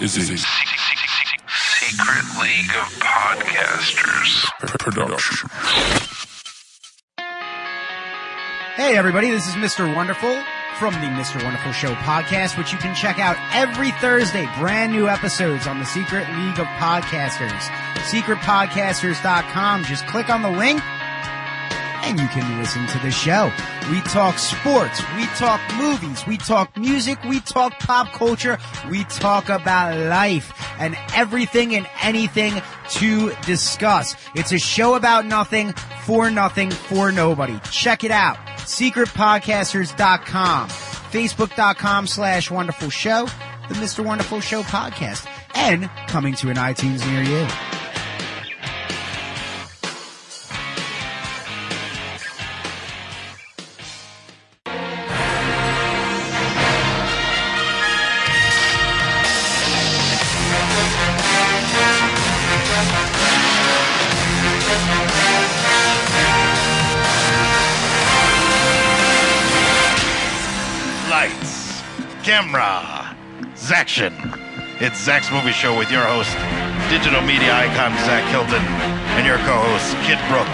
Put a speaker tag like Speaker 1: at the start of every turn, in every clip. Speaker 1: is a
Speaker 2: Secret League of Podcasters.
Speaker 1: pr- production.
Speaker 3: Hey, everybody, this is Mr. Wonderful from the Mr. Wonderful Show podcast, which you can check out every Thursday. Brand new episodes on the Secret League of Podcasters. SecretPodcasters.com. Just click on the link and you can listen to the show. We talk sports, we talk movies, we talk music, we talk pop culture, we talk about life and everything and anything to discuss. It's a show about nothing, for nothing, for nobody. Check it out. Secretpodcasters.com, facebook.com slash wonderful show, the Mr. Wonderful Show podcast, and coming to an iTunes near you.
Speaker 4: Lights, camera, Zaction. It's Zach's Movie Show with your host, digital media icon Zach Hilton, and your co-hosts Kid Brook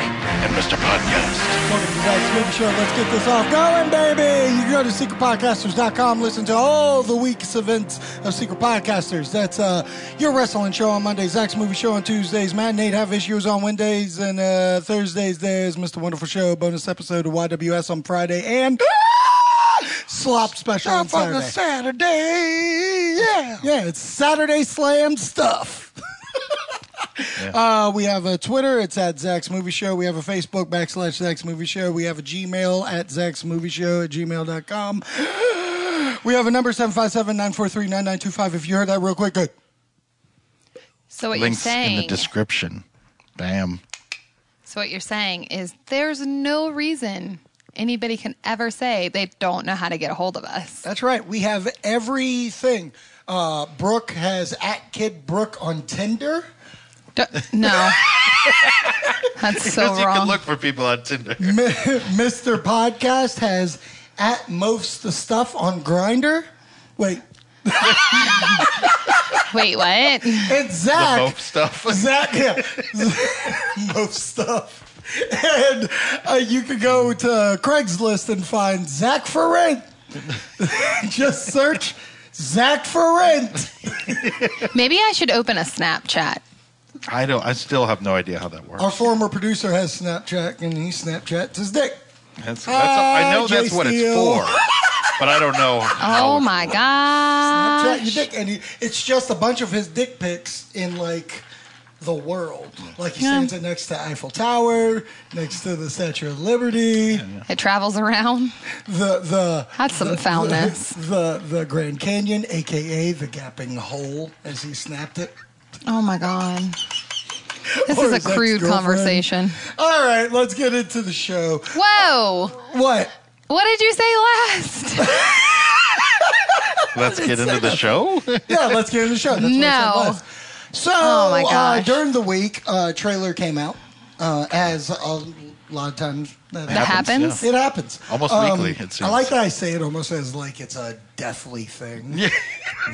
Speaker 4: and Mr. Podcast.
Speaker 5: Welcome to Zach's Movie Show. Let's get this off going, baby. You can go to secretpodcasters.com, listen to all the week's events of Secret Podcasters. That's uh, your wrestling show on Mondays, Zach's Movie Show on Tuesdays, Matt and Nate have issues on Wednesdays, and uh, Thursdays there's Mr. Wonderful Show, bonus episode of YWS on Friday, and Slop Special on Saturday.
Speaker 4: Saturday, yeah.
Speaker 5: Yeah, it's Saturday Slam stuff. Uh, we have a Twitter. It's at Zach's Movie Show. We have a Facebook backslash Zach's Movie Show. We have a Gmail at Zach's Movie Show at gmail.com. We have a number 757 943 9925. If you heard that real quick, good.
Speaker 6: So what
Speaker 4: Links
Speaker 6: you're
Speaker 4: in
Speaker 6: saying,
Speaker 4: the description. Bam.
Speaker 6: so what you're saying is there's no reason anybody can ever say they don't know how to get a hold of us.
Speaker 5: That's right. We have everything. Uh, Brooke has at Kid Brooke on Tinder.
Speaker 6: D- no, that's so
Speaker 4: Because you can
Speaker 6: wrong.
Speaker 4: look for people on Tinder.
Speaker 5: Mi- Mr. Podcast has at most the stuff on Grinder. Wait,
Speaker 6: Wait, what?
Speaker 5: it's
Speaker 4: The
Speaker 5: Zach.
Speaker 4: Mope stuff.
Speaker 5: Zach, yeah, most stuff. And uh, you could go to Craigslist and find Zach for rent. Just search Zach for rent.
Speaker 6: Maybe I should open a Snapchat.
Speaker 4: I don't. I still have no idea how that works.
Speaker 5: Our former producer has Snapchat, and he Snapchats his dick.
Speaker 4: That's, that's
Speaker 6: Uh,
Speaker 4: I know
Speaker 5: Hi,
Speaker 4: that's what it's
Speaker 5: JCL.
Speaker 4: for, but I don't know. how
Speaker 6: Oh
Speaker 4: it
Speaker 6: my
Speaker 4: works.
Speaker 6: god!
Speaker 5: Snapchat your dick, and he, it's just a bunch of his dick pics in like the world. Like he
Speaker 6: Yeah.
Speaker 5: stands stands next to Eiffel Tower, next to the Statue of Liberty.
Speaker 6: It travels around.
Speaker 5: the the
Speaker 6: That's some
Speaker 5: the,
Speaker 6: foulness.
Speaker 5: The, the the Grand Canyon, aka the Gapping Hole, as he snapped it.
Speaker 6: Oh my god! This
Speaker 5: Or
Speaker 6: is a
Speaker 5: his
Speaker 6: crude
Speaker 5: ex-girlfriend.
Speaker 6: conversation.
Speaker 5: All right, let's get into the show.
Speaker 6: Whoa!
Speaker 5: What?
Speaker 6: What did you say last?
Speaker 4: Let's get into the show.
Speaker 5: Yeah, let's get into the show. That's what I said
Speaker 6: No.
Speaker 5: last. So
Speaker 6: Oh, my
Speaker 5: uh,
Speaker 6: gosh.
Speaker 5: during the week, uh, trailer came out. Uh, as a lot of times that
Speaker 6: That happens.
Speaker 5: It happens Um,
Speaker 4: Almost weekly, it seems.
Speaker 5: I like that I say it almost as like it's a deathly thing.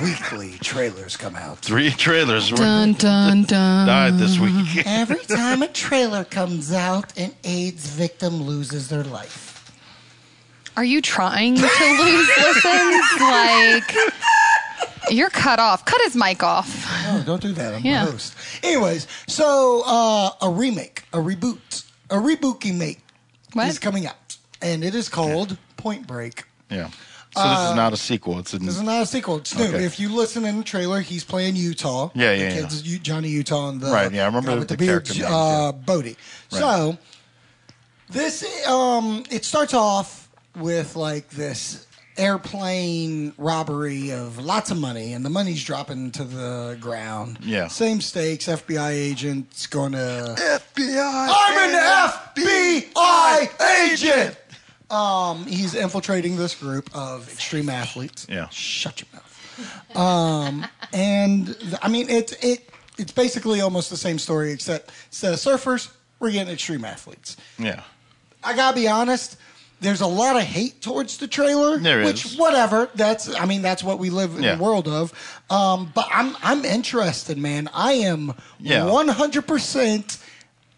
Speaker 5: weekly trailers come out.
Speaker 4: Three trailers were
Speaker 6: Dun dun dun.
Speaker 4: died this week.
Speaker 5: Every time a trailer comes out, an AIDS victim loses their life.
Speaker 6: Are you trying to lose listens? Like, you're cut off. Cut his mic off.
Speaker 5: No, don't do that. I'm
Speaker 6: Yeah.
Speaker 5: the host. Anyways, so uh, a remake, a reboot, a rebooty make
Speaker 6: What?
Speaker 5: is coming out, and it is called Point Break.
Speaker 4: Yeah. So
Speaker 6: Uh,
Speaker 4: this is not a sequel. It's an,
Speaker 5: This is not a sequel. It's new.
Speaker 4: Okay.
Speaker 5: If you listen in the trailer, he's playing Utah.
Speaker 4: Yeah,
Speaker 5: The
Speaker 4: yeah, yeah.
Speaker 5: Kids, you- Johnny Utah and the
Speaker 4: Right, yeah, I remember
Speaker 5: guy
Speaker 4: the
Speaker 5: with the, beard,
Speaker 4: character names, yeah.
Speaker 5: uh, Bodie. So this um, it starts off with like this airplane robbery of lots of money, and the money's dropping to the ground.
Speaker 4: Yeah.
Speaker 5: same stakes. FBI agents going to.
Speaker 4: FBI.
Speaker 5: I'm an FBI agent. Um, he's infiltrating this group of extreme athletes.
Speaker 4: Yeah.
Speaker 5: Shut your mouth. Um, and th- I mean it's it it's basically almost the same story except instead of surfers, we're getting extreme athletes.
Speaker 4: Yeah.
Speaker 5: I gotta be honest. There's a lot of hate towards the trailer,
Speaker 4: There
Speaker 5: which
Speaker 4: is.
Speaker 5: whatever. That's I mean that's what we live in
Speaker 4: Yeah.
Speaker 5: the world of. Um, but I'm I'm interested, man. I am
Speaker 4: Yeah.
Speaker 5: 100. percent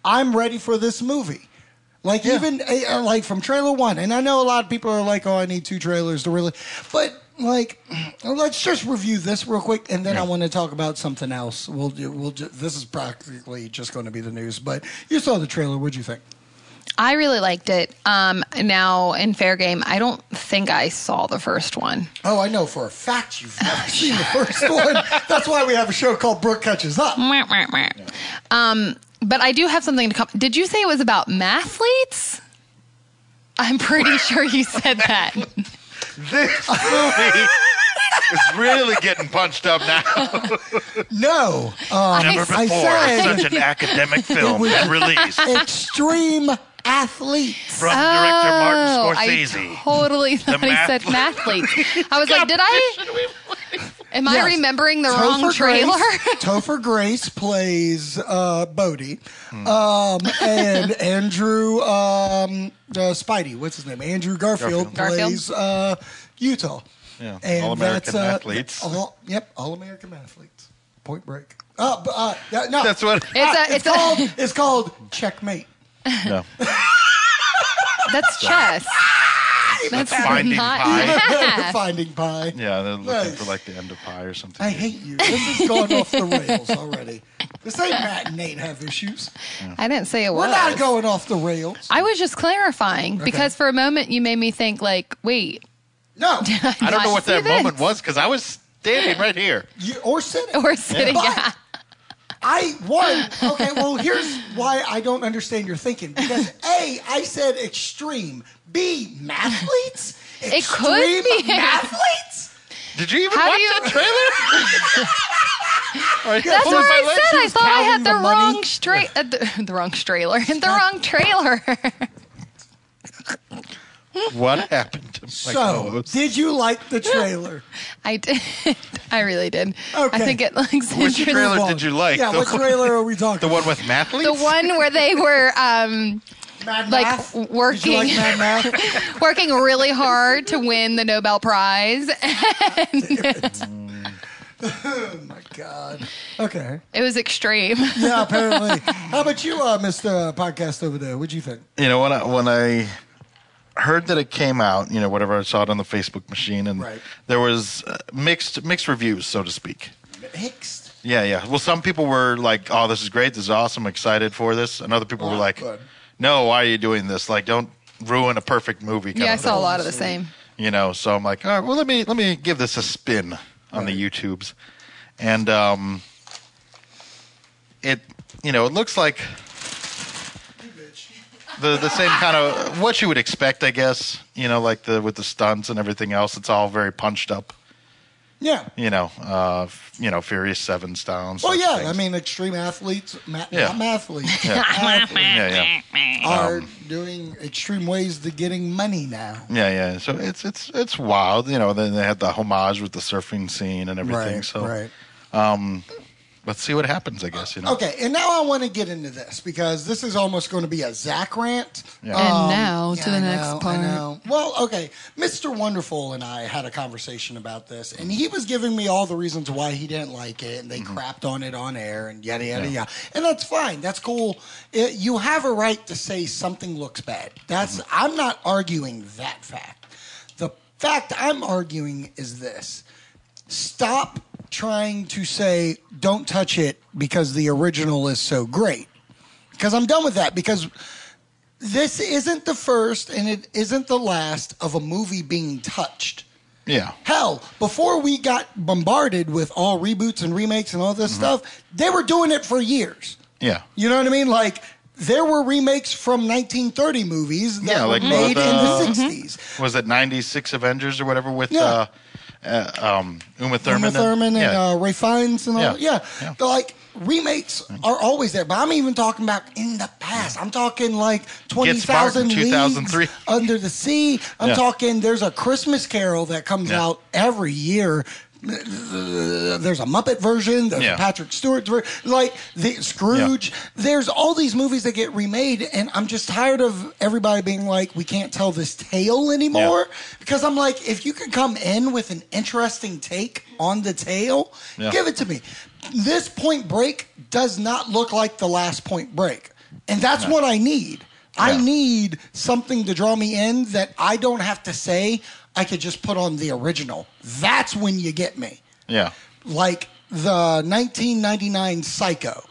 Speaker 5: I'm ready for this movie. Like even uh, uh, like from trailer one, and I know a lot of people are like, "Oh, I need two trailers to really," but like, let's just review this real quick, and then I want to talk about something else. We'll do. We'll do, this is practically just going to be the news. But you saw the trailer. What'd you think?
Speaker 6: I really liked it. Um, now, in fair game, I don't think I saw the first one.
Speaker 5: Oh, I know for a fact you've never seen the first one. That's why we have a show called Brooke Catches Up.
Speaker 6: Mwah, mwah, mwah. Um, but I do have something to come. Did you say it was about mathletes? I'm pretty sure you said that.
Speaker 4: This movie is really getting punched up now.
Speaker 5: No, um,
Speaker 4: Never
Speaker 5: I
Speaker 4: before
Speaker 5: said-
Speaker 4: such an academic film
Speaker 5: was-
Speaker 4: was released
Speaker 5: extreme athletes.
Speaker 4: from
Speaker 6: Oh,
Speaker 4: director Martin
Speaker 6: I
Speaker 4: Scorsese.
Speaker 6: totally thought I
Speaker 4: math-
Speaker 6: said mathletes. I was like, did I? Am I
Speaker 5: Yes.
Speaker 6: remembering the wrong
Speaker 5: Topher
Speaker 6: trailer?
Speaker 5: Grace, Topher Grace plays uh, Bodie, um, and Andrew um, uh, Spidey. What's his name? Andrew Garfield,
Speaker 6: Garfield.
Speaker 5: plays Uh, Utah.
Speaker 4: Yeah,
Speaker 5: And
Speaker 4: All-American
Speaker 5: that's, uh,
Speaker 4: athletes.
Speaker 5: all- yep, all American athletes. Point Break. Uh, but, uh, yeah, no,
Speaker 4: That's what.
Speaker 6: It's a, it's
Speaker 5: called.
Speaker 6: a,
Speaker 5: it's called Checkmate.
Speaker 4: No.
Speaker 6: that's chess. That's
Speaker 4: Finding Pi.
Speaker 5: Finding Pie.
Speaker 4: Yeah, they're looking
Speaker 5: Nice.
Speaker 4: for like the end of Pi or something.
Speaker 5: I hate you. This is going off the rails already. This ain't Matt and Nate have issues.
Speaker 6: I didn't say it was.
Speaker 5: We're not going off the rails.
Speaker 6: I was just clarifying because for a moment you made me think like, wait,
Speaker 5: No,
Speaker 4: I don't know
Speaker 6: Not
Speaker 4: what that
Speaker 6: see this.
Speaker 4: moment was because I was standing right here.
Speaker 5: you, or sitting.
Speaker 6: Or sitting.
Speaker 5: But
Speaker 6: Yeah.
Speaker 5: I one okay. Well, here's why I don't understand your thinking because a I said extreme. B mathletes.
Speaker 6: It could
Speaker 5: Extreme
Speaker 6: be.
Speaker 5: mathletes.
Speaker 4: Did you even
Speaker 6: How do
Speaker 4: watch
Speaker 6: you-
Speaker 4: that trailer? All right,
Speaker 6: That's
Speaker 4: pull
Speaker 6: what
Speaker 4: up my
Speaker 6: I
Speaker 4: legs.
Speaker 6: said. I
Speaker 5: was
Speaker 6: thought I
Speaker 5: counting
Speaker 6: had
Speaker 5: the
Speaker 6: the,
Speaker 5: money.
Speaker 6: wrong straight, uh, the, the wrong trailer, the wrong trailer.
Speaker 4: What happened to my
Speaker 5: So,
Speaker 4: co-host?
Speaker 5: did you like the trailer?
Speaker 6: I did. I really did.
Speaker 5: Okay.
Speaker 6: I think it looks
Speaker 4: Which
Speaker 6: interesting.
Speaker 4: trailer
Speaker 5: Well,
Speaker 4: did you like?
Speaker 5: Yeah,
Speaker 4: The
Speaker 5: what
Speaker 4: one-
Speaker 5: trailer are we talking?
Speaker 4: The one with Mathley?
Speaker 6: The one where they were um,
Speaker 5: Mad
Speaker 6: like,
Speaker 5: Math? Did you
Speaker 6: working.
Speaker 5: like Mad Math?
Speaker 6: working really hard to win the Nobel Prize.
Speaker 5: oh my god. Okay.
Speaker 6: It was extreme.
Speaker 5: Yeah, apparently. How about you, uh, Mr. Podcast over there? What'd you think?
Speaker 4: you know when I when I heard that it came out, you know whatever I saw it on the Facebook machine, and
Speaker 5: Right.
Speaker 4: there was uh, mixed mixed reviews, so to speak.
Speaker 5: Mixed.
Speaker 4: Yeah, yeah. Well, some people were like, "Oh, this is great. This is awesome. Excited for this," and other people were
Speaker 5: Oh,
Speaker 4: like,
Speaker 5: good.
Speaker 4: "No, why are you doing this? Like, don't ruin a perfect movie." Kind
Speaker 6: yeah, I
Speaker 4: of
Speaker 6: saw a
Speaker 4: thing.
Speaker 6: lot of the same.
Speaker 4: You know, so I'm like, "All right, well, let me let me give this a spin on the YouTubes," and um, it you know it looks like the the same kind of what you would expect, I guess. You know, like the with the stunts and everything else, it's all very punched up.
Speaker 5: Yeah.
Speaker 4: You know, uh, f- you know, Furious Seven style. and
Speaker 5: Well,
Speaker 4: such
Speaker 5: Oh, yeah.
Speaker 4: things.
Speaker 5: I mean, extreme athletes, ma-
Speaker 4: Yeah.
Speaker 5: not athletes,
Speaker 4: yeah, Um, yeah.
Speaker 5: are doing extreme ways to getting money now.
Speaker 4: Yeah, yeah. So it's it's it's wild, you know. Then they had the homage with the surfing scene and everything.
Speaker 5: Right.
Speaker 4: so
Speaker 5: right.
Speaker 4: let's see what happens. I guess you know.
Speaker 5: Okay. And now I want to get into this because this is almost going to be a Zach rant.
Speaker 4: Yeah.
Speaker 6: And
Speaker 5: Um,
Speaker 6: now to
Speaker 5: yeah,
Speaker 6: the
Speaker 5: I
Speaker 6: next
Speaker 5: know, I
Speaker 6: part.
Speaker 5: know. Well, okay. Mr. Wonderful and I had a conversation about this, and he was giving me all the reasons why he didn't like it, and they crapped on it on air, and yada, yada,
Speaker 4: Yeah.
Speaker 5: yada. And that's fine. That's cool. It- you have a right to say something looks bad. That's I'm not arguing that fact. The fact I'm arguing is this stop trying to say don't touch it because the original is so great because i'm done with that because this isn't the first and it isn't the last of a movie being touched
Speaker 4: Yeah.
Speaker 5: hell before we got bombarded with all reboots and remakes and all this stuff they were doing it for years
Speaker 4: Mm-hmm. Yeah.
Speaker 5: you know what i mean like there were remakes from 1930 movies that
Speaker 4: Yeah,
Speaker 5: were
Speaker 4: like Mm-hmm.
Speaker 5: made
Speaker 4: the-
Speaker 5: in the 60s
Speaker 4: Was it '96 Avengers or whatever with
Speaker 5: Yeah.
Speaker 4: uh, uh, um, Uma Thurman?
Speaker 5: Uma Thurman and,
Speaker 4: yeah.
Speaker 5: uh, Ray Fiennes and all.
Speaker 4: Yeah.
Speaker 5: Yeah,
Speaker 4: Yeah.
Speaker 5: They're like remakes are always there. But I'm even talking about in the ass. I'm talking like twenty
Speaker 4: Get Smart in
Speaker 5: thousand
Speaker 4: 2003.
Speaker 5: under the sea. I'm
Speaker 4: Yeah.
Speaker 5: talking. There's a Christmas Carol that comes
Speaker 4: Yeah.
Speaker 5: out every year. There's a Muppet version. There's
Speaker 4: Yeah.
Speaker 5: a Patrick Stewart version. Like the Scrooge. There's all these movies that get remade, and I'm just tired of everybody being like, we can't tell this tale anymore. Because I'm like, if you can come in with an interesting take on the tale,
Speaker 4: Yeah.
Speaker 5: give it to me. This Point Break does not look like the last Point Break, and that's what I need. I
Speaker 4: Yeah.
Speaker 5: need something to draw me in that I don't have to say. I could just put on the original. That's when you get me
Speaker 4: Yeah.
Speaker 5: like the 1999 Psycho.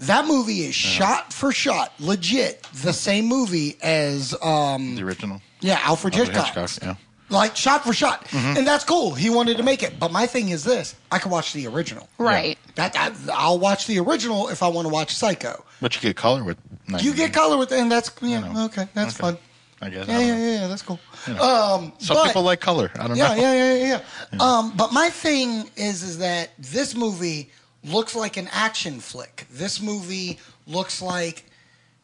Speaker 5: That movie is shot for shot, legit, the same movie as um,
Speaker 4: The original.
Speaker 5: yeah, Alfred
Speaker 4: Alfred
Speaker 5: Hitchcock.
Speaker 4: Hitchcock, yeah. Mm-hmm.
Speaker 5: Like shot for shot, and that's cool. He wanted to make it, but my thing is this: I could watch the original.
Speaker 6: Right.
Speaker 5: That I, I'll watch the original if I want to watch Psycho.
Speaker 4: But you get color with.
Speaker 5: You get color with, and that's yeah, okay, that's
Speaker 4: Okay.
Speaker 5: fun.
Speaker 4: I guess. I
Speaker 5: Yeah,
Speaker 4: don't
Speaker 5: yeah,
Speaker 4: know.
Speaker 5: yeah, yeah, that's cool. Um,
Speaker 4: Some
Speaker 5: but-
Speaker 4: people like color. I don't know.
Speaker 5: yeah, yeah, yeah, yeah, yeah. Um, but my thing is, is that this movie looks like an action flick. This movie looks like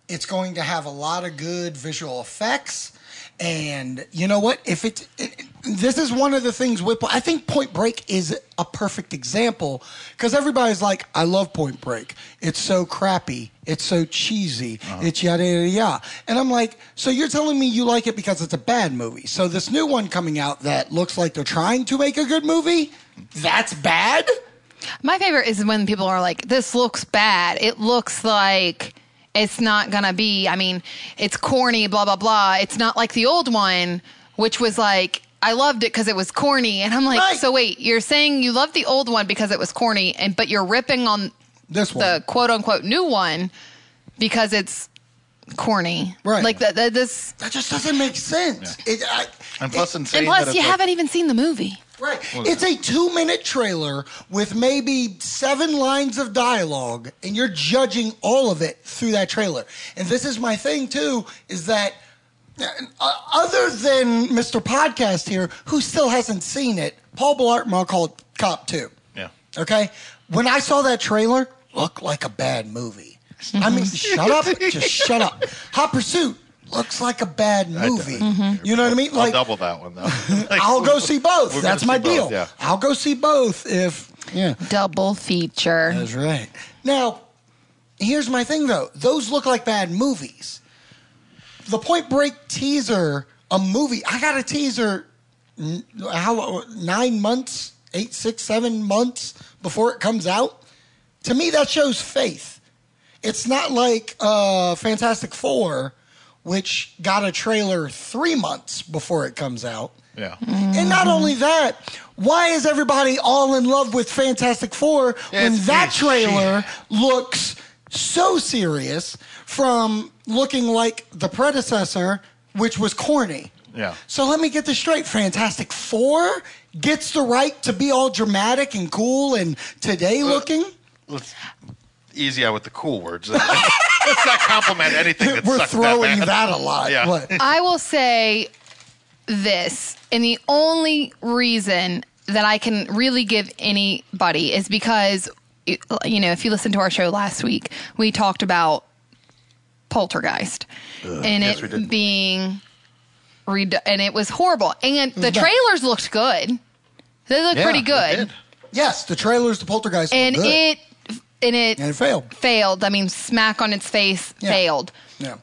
Speaker 5: it's going to have a lot of good visual effects. And you know what? If it, it this is one of the things Whipple. I think Point Break is a perfect example because everybody's like, "I love Point Break. It's so crappy. It's so cheesy.
Speaker 4: Uh-huh.
Speaker 5: It's yada yada yada." And I'm like, "So you're telling me you like it because it's a bad movie? So this new one coming out that looks like they're trying to make a good movie, that's bad."
Speaker 6: My favorite is when people are like, this looks bad. It looks like it's not going to be, I mean, it's corny, blah, blah, blah. It's not like the old one, which was like, I loved it because it was corny. And I'm like,
Speaker 5: Right.
Speaker 6: so wait, you're saying you loved the old one because it was corny, and but you're ripping on
Speaker 5: This one.
Speaker 6: the quote unquote new one because it's corny.
Speaker 5: Right.
Speaker 6: Like that, that this.
Speaker 5: that just doesn't make sense. It, I,
Speaker 4: And plus,
Speaker 5: it-
Speaker 4: in saying
Speaker 6: And
Speaker 4: that
Speaker 6: plus, you
Speaker 4: it's like-
Speaker 6: haven't even seen the movie.
Speaker 5: Right. It's a two minute trailer with maybe seven lines of dialogue, and you're judging all of it through that trailer. And this is my thing, too, is that uh, other than Mr. Podcast here, who still hasn't seen it, Paul Blart called Cop 2.
Speaker 4: Yeah.
Speaker 5: Okay? When I saw that trailer, looked like a bad movie. I mean, shut up. Just shut up. Hot Pursuit looks like a bad movie. You know what I mean?
Speaker 4: I'll double that one though.
Speaker 5: I'll go see both.
Speaker 4: We're gonna
Speaker 5: That's my
Speaker 4: see
Speaker 5: deal.
Speaker 4: both, yeah.
Speaker 5: I'll go see both if yeah.
Speaker 6: Double feature.
Speaker 5: That's right. Now, here's my thing though. Those look like bad movies. The Point Break teaser, a movie. I got a teaser. n- How lo- nine months, eight, six, seven months before it comes out. To me, that shows faith. It's not like uh, Fantastic Four, which got a trailer three months before it comes out.
Speaker 4: Yeah.
Speaker 5: And
Speaker 4: Mm-hmm.
Speaker 5: not only that, why is everybody all in love with Fantastic Four when
Speaker 4: It's
Speaker 5: that
Speaker 4: the
Speaker 5: trailer looks so serious from looking like the predecessor, which was corny?
Speaker 4: Yeah.
Speaker 5: So let me get this straight. Fantastic Four gets the right to be all dramatic and cool and today looking.
Speaker 4: Let's easy out with the cool words. Let's not compliment anything that
Speaker 5: We're
Speaker 4: sucks
Speaker 5: throwing
Speaker 4: that,
Speaker 5: that,
Speaker 4: bad.
Speaker 5: a lot.
Speaker 4: Yeah.
Speaker 5: What?
Speaker 6: I will say this, and the only reason that I can really give anybody is because, you know, if you listened to our show last week, we talked about Poltergeist and
Speaker 4: yes, we
Speaker 6: it
Speaker 4: did.
Speaker 6: being, redu- and it was horrible. And the
Speaker 5: bad.
Speaker 6: trailers looked good. They looked
Speaker 4: Yeah,
Speaker 6: pretty
Speaker 4: it
Speaker 6: good.
Speaker 4: did.
Speaker 5: Yes, the trailers to Poltergeist. were
Speaker 6: And
Speaker 5: good.
Speaker 6: it, and it
Speaker 5: and it failed.
Speaker 6: failed. I mean, smack on its face,
Speaker 5: Yeah.
Speaker 6: failed.
Speaker 5: Yeah.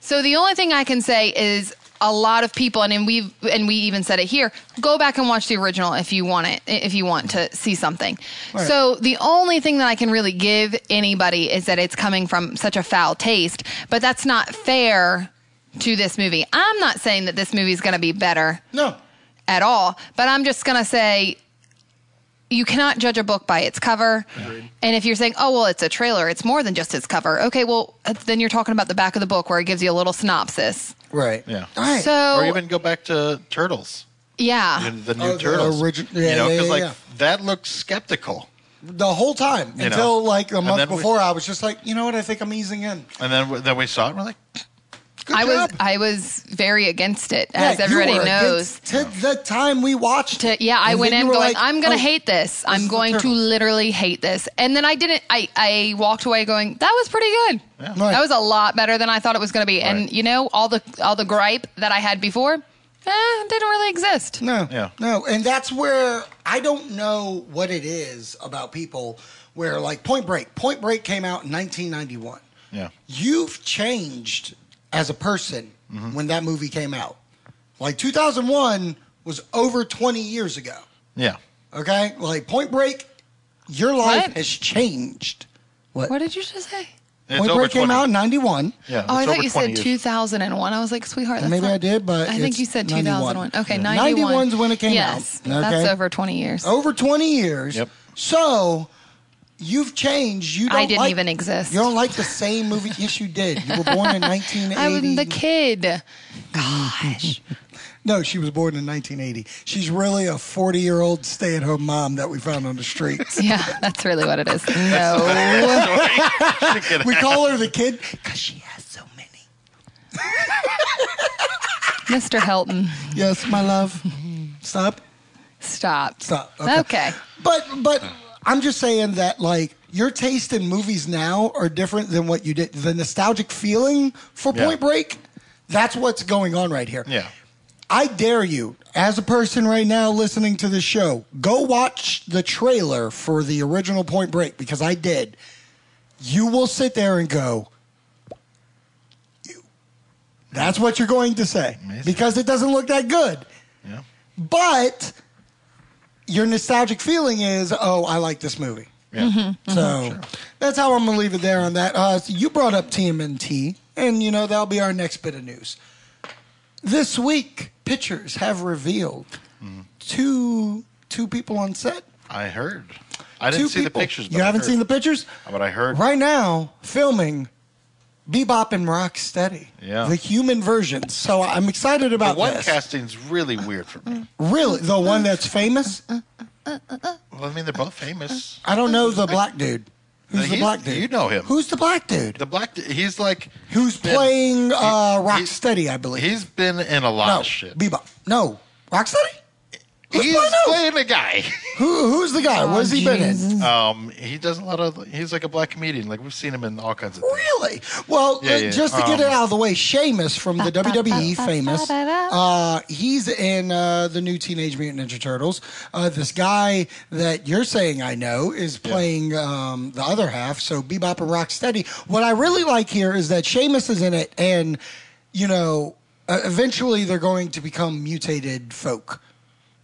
Speaker 6: So the only thing I can say is a lot of people, and, and we and we even said it here. Go back and watch the original if you want it, if you want to see something.
Speaker 5: Right.
Speaker 6: So the only thing that I can really give anybody is that it's coming from such a foul taste, but that's not fair to this movie. I'm not saying that this movie is going to be better
Speaker 5: No.
Speaker 6: at all. But I'm just going to say you cannot judge a book by its cover. And if you're saying, oh, well, it's a trailer, it's more than just its cover. Okay, well, then you're talking about the back of the book where it gives you a little synopsis.
Speaker 5: Right.
Speaker 4: Yeah.
Speaker 5: All right.
Speaker 6: So,
Speaker 4: Or even go back to Turtles,
Speaker 6: yeah.
Speaker 4: the the new
Speaker 5: Oh, the
Speaker 4: Turtles.
Speaker 5: origi- yeah,
Speaker 4: you know,
Speaker 5: yeah,
Speaker 4: because
Speaker 5: yeah,
Speaker 4: like
Speaker 5: yeah.
Speaker 4: that looks skeptical.
Speaker 5: the whole time
Speaker 4: You know.
Speaker 5: until like a
Speaker 4: And
Speaker 5: month
Speaker 4: then we-
Speaker 5: before i was just like you know what i think i'm easing in
Speaker 4: And then then we saw it and we're like,
Speaker 5: Good
Speaker 6: I
Speaker 5: job.
Speaker 6: was I was very against it,
Speaker 5: Yeah,
Speaker 6: as
Speaker 5: you
Speaker 6: everybody
Speaker 5: were
Speaker 6: knows.
Speaker 5: against it the time we watched
Speaker 6: to-
Speaker 5: it.
Speaker 6: yeah, I
Speaker 5: And
Speaker 6: went
Speaker 5: then
Speaker 6: in
Speaker 5: you were
Speaker 6: going,
Speaker 5: like,
Speaker 6: I'm gonna
Speaker 5: oh,
Speaker 6: hate this.
Speaker 5: is
Speaker 6: I'm
Speaker 5: the
Speaker 6: going to
Speaker 5: turtle."
Speaker 6: literally hate this. And then I didn't. I I walked away going, that was pretty good.
Speaker 5: Right.
Speaker 6: That was a lot better than I thought it was gonna be.
Speaker 4: Right.
Speaker 6: And you know, all the all the gripe that I had before, eh, didn't really exist.
Speaker 5: No.
Speaker 4: Yeah.
Speaker 5: No. And that's where I don't know what it is about people where, like, Point Break. Point Break came out in 1991.
Speaker 4: Yeah.
Speaker 5: You've changed as a person
Speaker 4: Mm-hmm.
Speaker 5: when that movie came out. Like, 2001 was over 20 years ago.
Speaker 4: Yeah.
Speaker 5: Okay? Like, Point Break, your life
Speaker 6: What?
Speaker 5: has changed. What?
Speaker 6: What did you just say?
Speaker 4: It's
Speaker 5: Point
Speaker 4: over
Speaker 5: Break came
Speaker 4: 20.
Speaker 5: out in 91.
Speaker 4: Yeah.
Speaker 6: Oh, I
Speaker 4: it's
Speaker 6: thought
Speaker 4: over 20
Speaker 6: you said
Speaker 4: years.
Speaker 6: 2001. I was like, sweetheart. that's
Speaker 5: Maybe
Speaker 6: not-
Speaker 5: I did, but
Speaker 6: I think
Speaker 5: it's
Speaker 6: you said
Speaker 5: 91.
Speaker 6: 2001. Okay,
Speaker 5: Yeah.
Speaker 6: 91.
Speaker 5: 91's when it came
Speaker 6: yes,
Speaker 5: out.
Speaker 6: that's
Speaker 5: Okay. Oh,
Speaker 6: over 20 years.
Speaker 5: over 20 years.
Speaker 4: Yep.
Speaker 5: So you've changed. You don't
Speaker 6: I didn't
Speaker 5: like-
Speaker 6: even exist.
Speaker 5: You don't like the same movie. yes, you did. You were born in 1980.
Speaker 6: I was the kid. Gosh.
Speaker 5: No, she was born in 1980. She's really a 40 year old stay at home mom that we found on the streets.
Speaker 6: yeah, that's really what it is. No.
Speaker 5: we call her the kid because she has so many.
Speaker 6: Mr. Helton,
Speaker 5: Yes, my love. Stop.
Speaker 6: stop.
Speaker 5: Stop.
Speaker 6: Okay.
Speaker 5: But but I'm just saying that like your taste in movies now are different than what you did. The nostalgic feeling for
Speaker 4: Yeah.
Speaker 5: Point Break, that's what's going on right here.
Speaker 4: Yeah.
Speaker 5: I dare you, as a person right now listening to this show, go watch the trailer for the original Point Break because I did. You will sit there and go, that's what you're going to say
Speaker 4: Amazing.
Speaker 5: because it doesn't look that good.
Speaker 4: Yeah.
Speaker 5: But your nostalgic feeling is, oh, I like this movie.
Speaker 4: Yeah.
Speaker 5: Mm-hmm. So that's how I'm gonna leave it there on that. Uh, so you brought up TMNT, and you know that'll be our next bit of news. This week, pictures have revealed
Speaker 4: Mm.
Speaker 5: two two people on set.
Speaker 4: I heard. I didn't
Speaker 5: two
Speaker 4: see
Speaker 5: people.
Speaker 4: the pictures.
Speaker 5: You haven't seen the pictures,
Speaker 4: But I heard.
Speaker 5: Right now, filming Bebop and Rocksteady,
Speaker 4: Yeah.
Speaker 5: the human version. So I'm excited
Speaker 4: The
Speaker 5: about
Speaker 4: one
Speaker 5: this.
Speaker 4: casting's really weird for me.
Speaker 5: Really, the one that's famous.
Speaker 4: Well, I mean, they're both famous.
Speaker 5: I don't know the black dude. Who's the
Speaker 4: He's-
Speaker 5: black dude?
Speaker 4: you know him.
Speaker 5: Who's the black dude?
Speaker 4: The black, he's like.
Speaker 5: Who's
Speaker 4: been-
Speaker 5: playing uh,
Speaker 4: he-
Speaker 5: Rocksteady, I believe.
Speaker 4: He's been in a lot
Speaker 5: no,
Speaker 4: of shit.
Speaker 5: Bebop. No, Rocksteady. Who's
Speaker 4: He's
Speaker 5: playing who?
Speaker 4: playing a guy.
Speaker 5: Who, who's the guy? What's he been in?
Speaker 4: Um, he does a lot of. He's like a black comedian. Like we've seen him in all kinds of. Things.
Speaker 5: Really? Well,
Speaker 4: Yeah,
Speaker 5: uh,
Speaker 4: yeah,
Speaker 5: just to get
Speaker 4: um,
Speaker 5: it out of the way, Seamus from the WWE, famous. Uh, he's in uh, the new Teenage Mutant Ninja Turtles. Uh, this guy that you're saying I know is playing um, the other half, so Bebop and Rocksteady. What I really like here is that Seamus is in it, and you know, uh, eventually they're going to become mutated folk.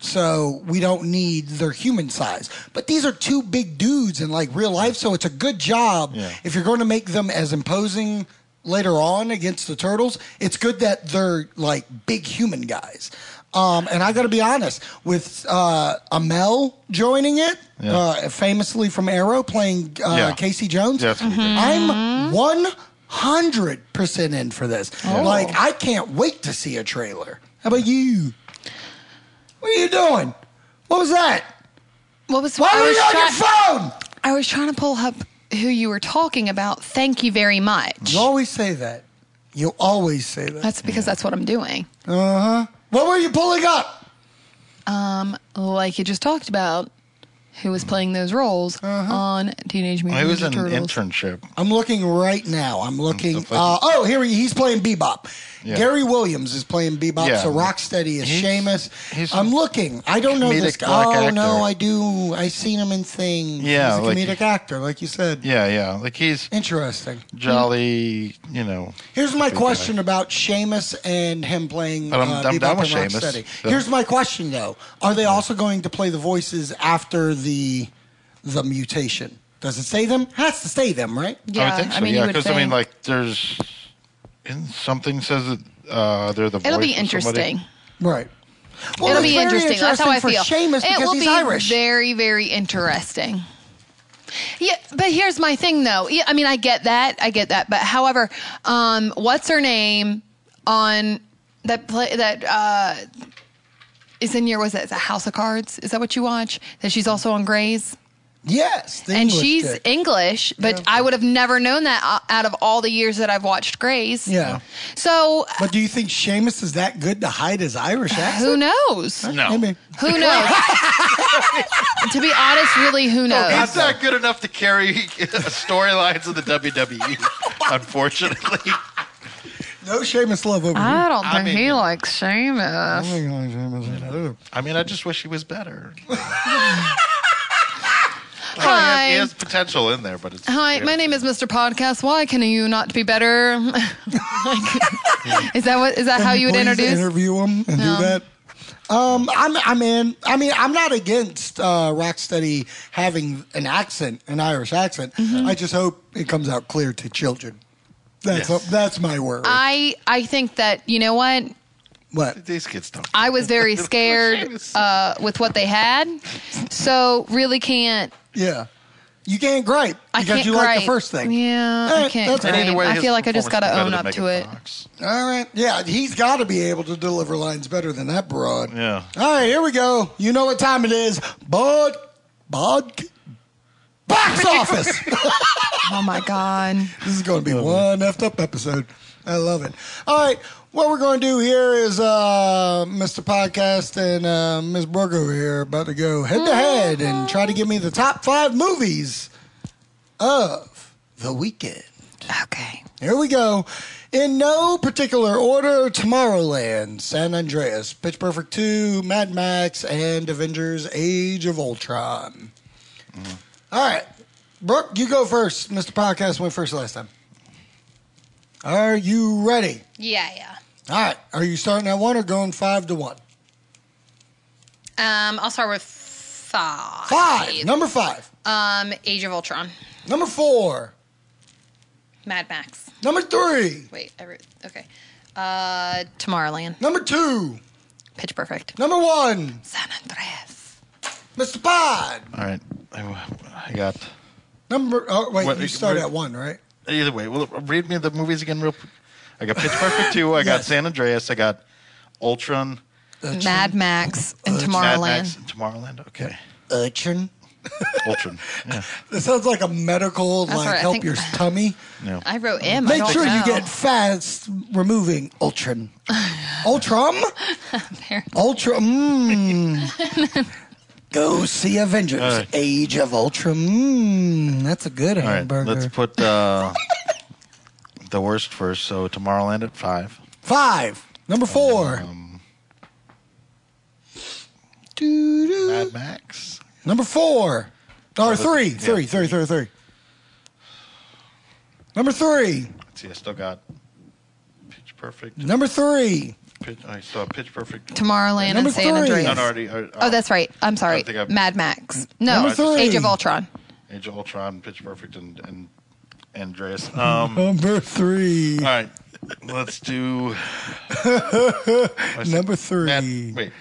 Speaker 5: So we don't need their human size. But these are two big dudes in like real life, so it's a good job
Speaker 4: Yeah.
Speaker 5: if you're going to make them as imposing later on against the turtles. It's good that they're like big human guys. Um, and I got to be honest with uh, Amel joining it,
Speaker 4: Yeah.
Speaker 5: uh, famously from Arrow, playing uh,
Speaker 4: Yeah.
Speaker 5: Casey Jones.
Speaker 4: Yes, Mm-hmm. we did.
Speaker 5: I'm one hundred percent in for this. Like I can't wait to see a trailer. How about you? What are you doing? What was that?
Speaker 6: What was,
Speaker 5: Why
Speaker 6: I,
Speaker 5: are
Speaker 6: was
Speaker 5: you on your
Speaker 6: try-
Speaker 5: phone?
Speaker 6: I was trying to pull up who you were talking about. Thank you very much.
Speaker 5: You always say that. You always say that.
Speaker 6: That's because that's what I'm doing.
Speaker 5: What were you pulling up?
Speaker 6: Um, like you just talked about, who was playing those roles
Speaker 5: Uh-huh.
Speaker 6: on Teenage
Speaker 4: He
Speaker 6: Mutant
Speaker 4: was
Speaker 6: Ninja
Speaker 4: in
Speaker 6: Turtles?
Speaker 4: internship.
Speaker 5: I'm looking right now. I'm looking.
Speaker 4: Stuff like-
Speaker 5: Uh, oh, here he, he's playing Bebop.
Speaker 4: Yeah.
Speaker 5: Gary Williams is playing Bebop.
Speaker 4: Yeah.
Speaker 5: So Rocksteady is
Speaker 4: He's-
Speaker 5: Seamus.
Speaker 4: he's-
Speaker 5: I'm looking. I don't know this
Speaker 4: Comedic
Speaker 5: guy.
Speaker 4: black
Speaker 5: Oh
Speaker 4: actor.
Speaker 5: no, I do. I seen him in things.
Speaker 4: Yeah,
Speaker 5: he's a
Speaker 4: like-
Speaker 5: comedic actor, like you said.
Speaker 4: Yeah, yeah. Like he's
Speaker 5: Interesting.
Speaker 4: jolly. You know.
Speaker 5: Here's my
Speaker 4: Big
Speaker 5: question about Seamus and him playing
Speaker 4: But I'm-
Speaker 5: uh,
Speaker 4: Um, I'm
Speaker 5: Bebop
Speaker 4: down with
Speaker 5: and
Speaker 4: Seamus.
Speaker 5: Rocksteady.
Speaker 4: So-
Speaker 5: Here's my question though: Are they also going to play the voices after the the mutation? Does it say them? Has to say them, right?
Speaker 6: Yeah,
Speaker 4: I would think so.
Speaker 6: mean, you
Speaker 4: yeah,
Speaker 6: would
Speaker 4: because I mean,
Speaker 6: think.
Speaker 4: like, there's and something says that uh, they're the.
Speaker 6: it'll
Speaker 4: voice
Speaker 6: be
Speaker 4: of somebody.
Speaker 6: interesting.
Speaker 5: Right. Well,
Speaker 6: It'll
Speaker 5: it's
Speaker 6: be
Speaker 5: very
Speaker 6: interesting. That's how I
Speaker 5: for
Speaker 6: feel.
Speaker 5: Seamus
Speaker 6: it
Speaker 5: because
Speaker 6: will
Speaker 5: he's
Speaker 6: be
Speaker 5: Irish.
Speaker 6: very, very interesting. Yeah, but here's my thing, though. Yeah, I mean, I get that. I get that. But however, um, what's her name on that play that uh, is in your was that is that House of Cards? Is that what you watch? That she's also on Grays.
Speaker 5: Yes, the
Speaker 6: and
Speaker 5: English
Speaker 6: she's
Speaker 5: chick.
Speaker 6: English, but
Speaker 5: Yeah.
Speaker 6: I would have never known that o- out of all the years that I've watched Grace.
Speaker 5: Yeah.
Speaker 6: So
Speaker 5: But do you think Seamus is that good to hide his Irish accent?
Speaker 6: who knows?
Speaker 4: No.
Speaker 5: Maybe.
Speaker 6: Who knows? to be honest, really,
Speaker 5: Oh,
Speaker 6: who knows?
Speaker 4: He's not good enough to carry storylines in the WWE, unfortunately.
Speaker 5: No Seamus love over
Speaker 6: I don't think
Speaker 4: I mean-
Speaker 6: he likes Seamus.
Speaker 5: here. Like Seamus over here.
Speaker 4: I mean, I just wish he was better. Oh, he has-
Speaker 6: Hi.
Speaker 4: he, has, potential in there, but
Speaker 5: oh,
Speaker 4: it's.
Speaker 6: Hi,
Speaker 4: yeah.
Speaker 6: my name is Mr. Podcast. Why can you not be better? Like, is that what? Is that how you would
Speaker 5: Please
Speaker 6: introduce?
Speaker 5: interview him and
Speaker 6: No.
Speaker 5: do that. Um, I'm, I'm in. I mean, I'm not against uh, Rocksteady having an accent, an Irish accent.
Speaker 6: Mm-hmm.
Speaker 5: I just hope it comes out clear to children. That's
Speaker 4: Yes.
Speaker 5: that's my worry.
Speaker 6: I I think that you know what
Speaker 5: but
Speaker 4: These kids don't.
Speaker 6: I was very scared
Speaker 4: Seamus.
Speaker 6: uh, with what they had, so really can't.
Speaker 5: yeah, you can't gripe
Speaker 6: I
Speaker 5: because
Speaker 6: can't
Speaker 5: you like
Speaker 6: gripe.
Speaker 5: the first thing.
Speaker 6: Yeah, I
Speaker 5: Alright,
Speaker 6: can't.
Speaker 5: that's
Speaker 4: And
Speaker 5: fine.
Speaker 6: Gripe.
Speaker 4: either way,
Speaker 6: I
Speaker 4: his
Speaker 6: feel like I just got to own
Speaker 4: performance
Speaker 6: up
Speaker 4: was
Speaker 6: to
Speaker 4: better
Speaker 6: it.
Speaker 4: than Megan Fox.
Speaker 5: All right. Yeah, he's got to be able to deliver lines better than that broad.
Speaker 4: Yeah.
Speaker 5: All right, here we go. You know what time it is. Bod, bod, box office.
Speaker 6: Oh my god!
Speaker 5: this is going to be one effed up episode. I love it. All right, what we're going to do here is uh, Mr. Podcast and uh, Ms. Brooke over here are about to go head to head and try to give me the top five movies of the weekend.
Speaker 6: Okay.
Speaker 5: Here we go. In no particular order, Tomorrowland, San Andreas, Pitch Perfect 2, Mad Max, and Avengers Age of Ultron. All right. Brooke, you go first. Mr. Podcast went first last time. Are you ready?
Speaker 6: Yeah,
Speaker 5: All right. Are you starting at one or going five to one?
Speaker 6: yeah. Um, I'll start with five.
Speaker 5: Five. Number five.
Speaker 6: Um, Age of Ultron,
Speaker 5: Number four.
Speaker 6: Mad Max.
Speaker 5: Number three.
Speaker 6: Wait, I wrote, okay. Uh, Tomorrowland,
Speaker 5: Number two.
Speaker 6: Pitch Perfect,
Speaker 5: Number one.
Speaker 6: San Andreas.
Speaker 5: Mr. Pod.
Speaker 4: All right. I, I got.
Speaker 5: Number. Oh, wait.
Speaker 4: What-
Speaker 5: you start
Speaker 4: what-
Speaker 5: at one, right?
Speaker 4: Either way, well, read me the movies again, real. I got Pitch Perfect 2, I got
Speaker 5: Yes.
Speaker 4: San Andreas, I got Ultron,
Speaker 6: Mad Max and
Speaker 4: Mad
Speaker 6: Tomorrowland.
Speaker 4: Max, and Tomorrowland. Okay.
Speaker 5: Urchin.
Speaker 4: Ultron. Yeah.
Speaker 5: That sounds like a medical,
Speaker 6: That's
Speaker 5: like
Speaker 6: right, I
Speaker 5: help
Speaker 6: think-
Speaker 5: your tummy.
Speaker 4: No.
Speaker 6: I wrote M. I
Speaker 5: Make
Speaker 6: don't
Speaker 5: sure
Speaker 6: know.
Speaker 5: you get fast removing Ultron. Ultron? Ultron. mm. Go see Avengers
Speaker 4: All right.
Speaker 5: Age of Ultron. Mm, that's a good
Speaker 4: All right.
Speaker 5: hamburger.
Speaker 4: Let's put uh, the worst first. So Tomorrowland at 5.
Speaker 5: Five. Number four.
Speaker 4: Um,
Speaker 5: Doo-doo.
Speaker 4: Mad Max.
Speaker 5: Number four. Or three.
Speaker 4: yeah.
Speaker 5: Three, three, three, three. Number three.
Speaker 4: Let's see, I still got Pitch Perfect.
Speaker 5: Number three.
Speaker 4: Pitch, I saw Pitch Perfect.
Speaker 6: Tomorrowland
Speaker 5: Number
Speaker 6: and San
Speaker 5: three.
Speaker 6: Andreas.
Speaker 4: Not already. uh,
Speaker 6: Oh, that's right. I'm sorry.
Speaker 4: I think I've-
Speaker 6: Mad Max. No,
Speaker 5: Number three.
Speaker 6: Age of Ultron.
Speaker 4: Age of Ultron, Pitch Perfect, and and Andreas. Um, all
Speaker 5: Number three.
Speaker 4: right, let's do
Speaker 5: Number three.
Speaker 4: Mad, wait.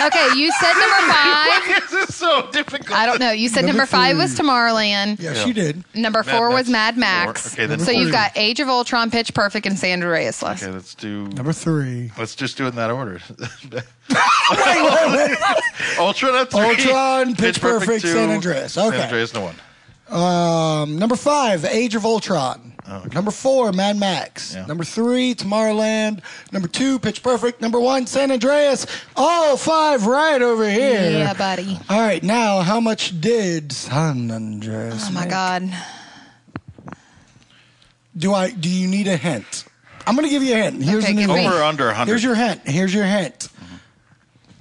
Speaker 6: Okay, you said number five.
Speaker 4: This is so difficult.
Speaker 6: I don't know. You said
Speaker 5: Number
Speaker 6: number, five was
Speaker 5: three.
Speaker 6: Tomorrowland.
Speaker 5: Yeah,
Speaker 4: Yeah.
Speaker 5: she did.
Speaker 6: Number
Speaker 4: Mad
Speaker 6: four was
Speaker 4: Max.
Speaker 6: Mad Max.
Speaker 4: Four. Okay, then
Speaker 6: so
Speaker 4: four.
Speaker 6: you've got Age of Ultron, Pitch Perfect, and San Andreas left.
Speaker 4: Okay, let's do.
Speaker 5: Number three.
Speaker 4: Let's just do it in that order.
Speaker 5: wait, wait, wait.
Speaker 4: Ultron at three.
Speaker 5: Ultron, Pitch Perfect,
Speaker 4: two,
Speaker 5: San Andreas. Okay.
Speaker 4: San Andreas, no one.
Speaker 5: Um, number five, Age of Ultron. Number four, Mad Max.
Speaker 4: Yeah.
Speaker 5: Number three, Tomorrowland. Number two, Pitch Perfect. Number one, San Andreas. All five right over here.
Speaker 6: Yeah, buddy.
Speaker 5: All right, now how much did San Andreas?
Speaker 6: Oh my
Speaker 5: make?
Speaker 6: God.
Speaker 5: Do I? Do you need a hint? I'm going to give you a hint. Here's
Speaker 6: Okay,
Speaker 5: an
Speaker 6: give
Speaker 5: hint.
Speaker 6: me-
Speaker 4: Over or under Mm-hmm. 100.
Speaker 5: Here's your hint. Here's your hint.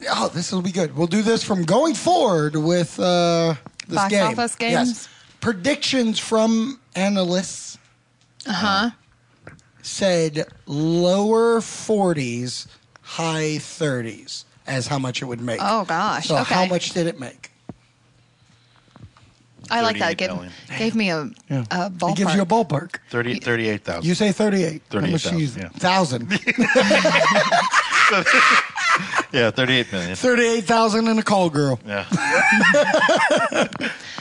Speaker 5: Oh, this will be good. We'll do this from going forward with uh, this
Speaker 6: Box
Speaker 5: game.
Speaker 6: office games?
Speaker 5: Yes. Predictions from analysts
Speaker 6: Uh huh.
Speaker 5: said lower 40s, high 30s as how much it would make.
Speaker 6: Oh, gosh.
Speaker 5: So
Speaker 6: okay.
Speaker 5: how much did it make?
Speaker 6: I like
Speaker 4: 38
Speaker 6: that. Gave,
Speaker 4: million.
Speaker 6: gave me a, a ballpark.
Speaker 5: It gives you a ballpark.
Speaker 4: 30 38,000.
Speaker 5: You say 38. How much do you-
Speaker 4: 38,000, yeah.
Speaker 5: Thousand.
Speaker 4: yeah, 38 million.
Speaker 5: 38,000 and a call girl.
Speaker 4: Yeah.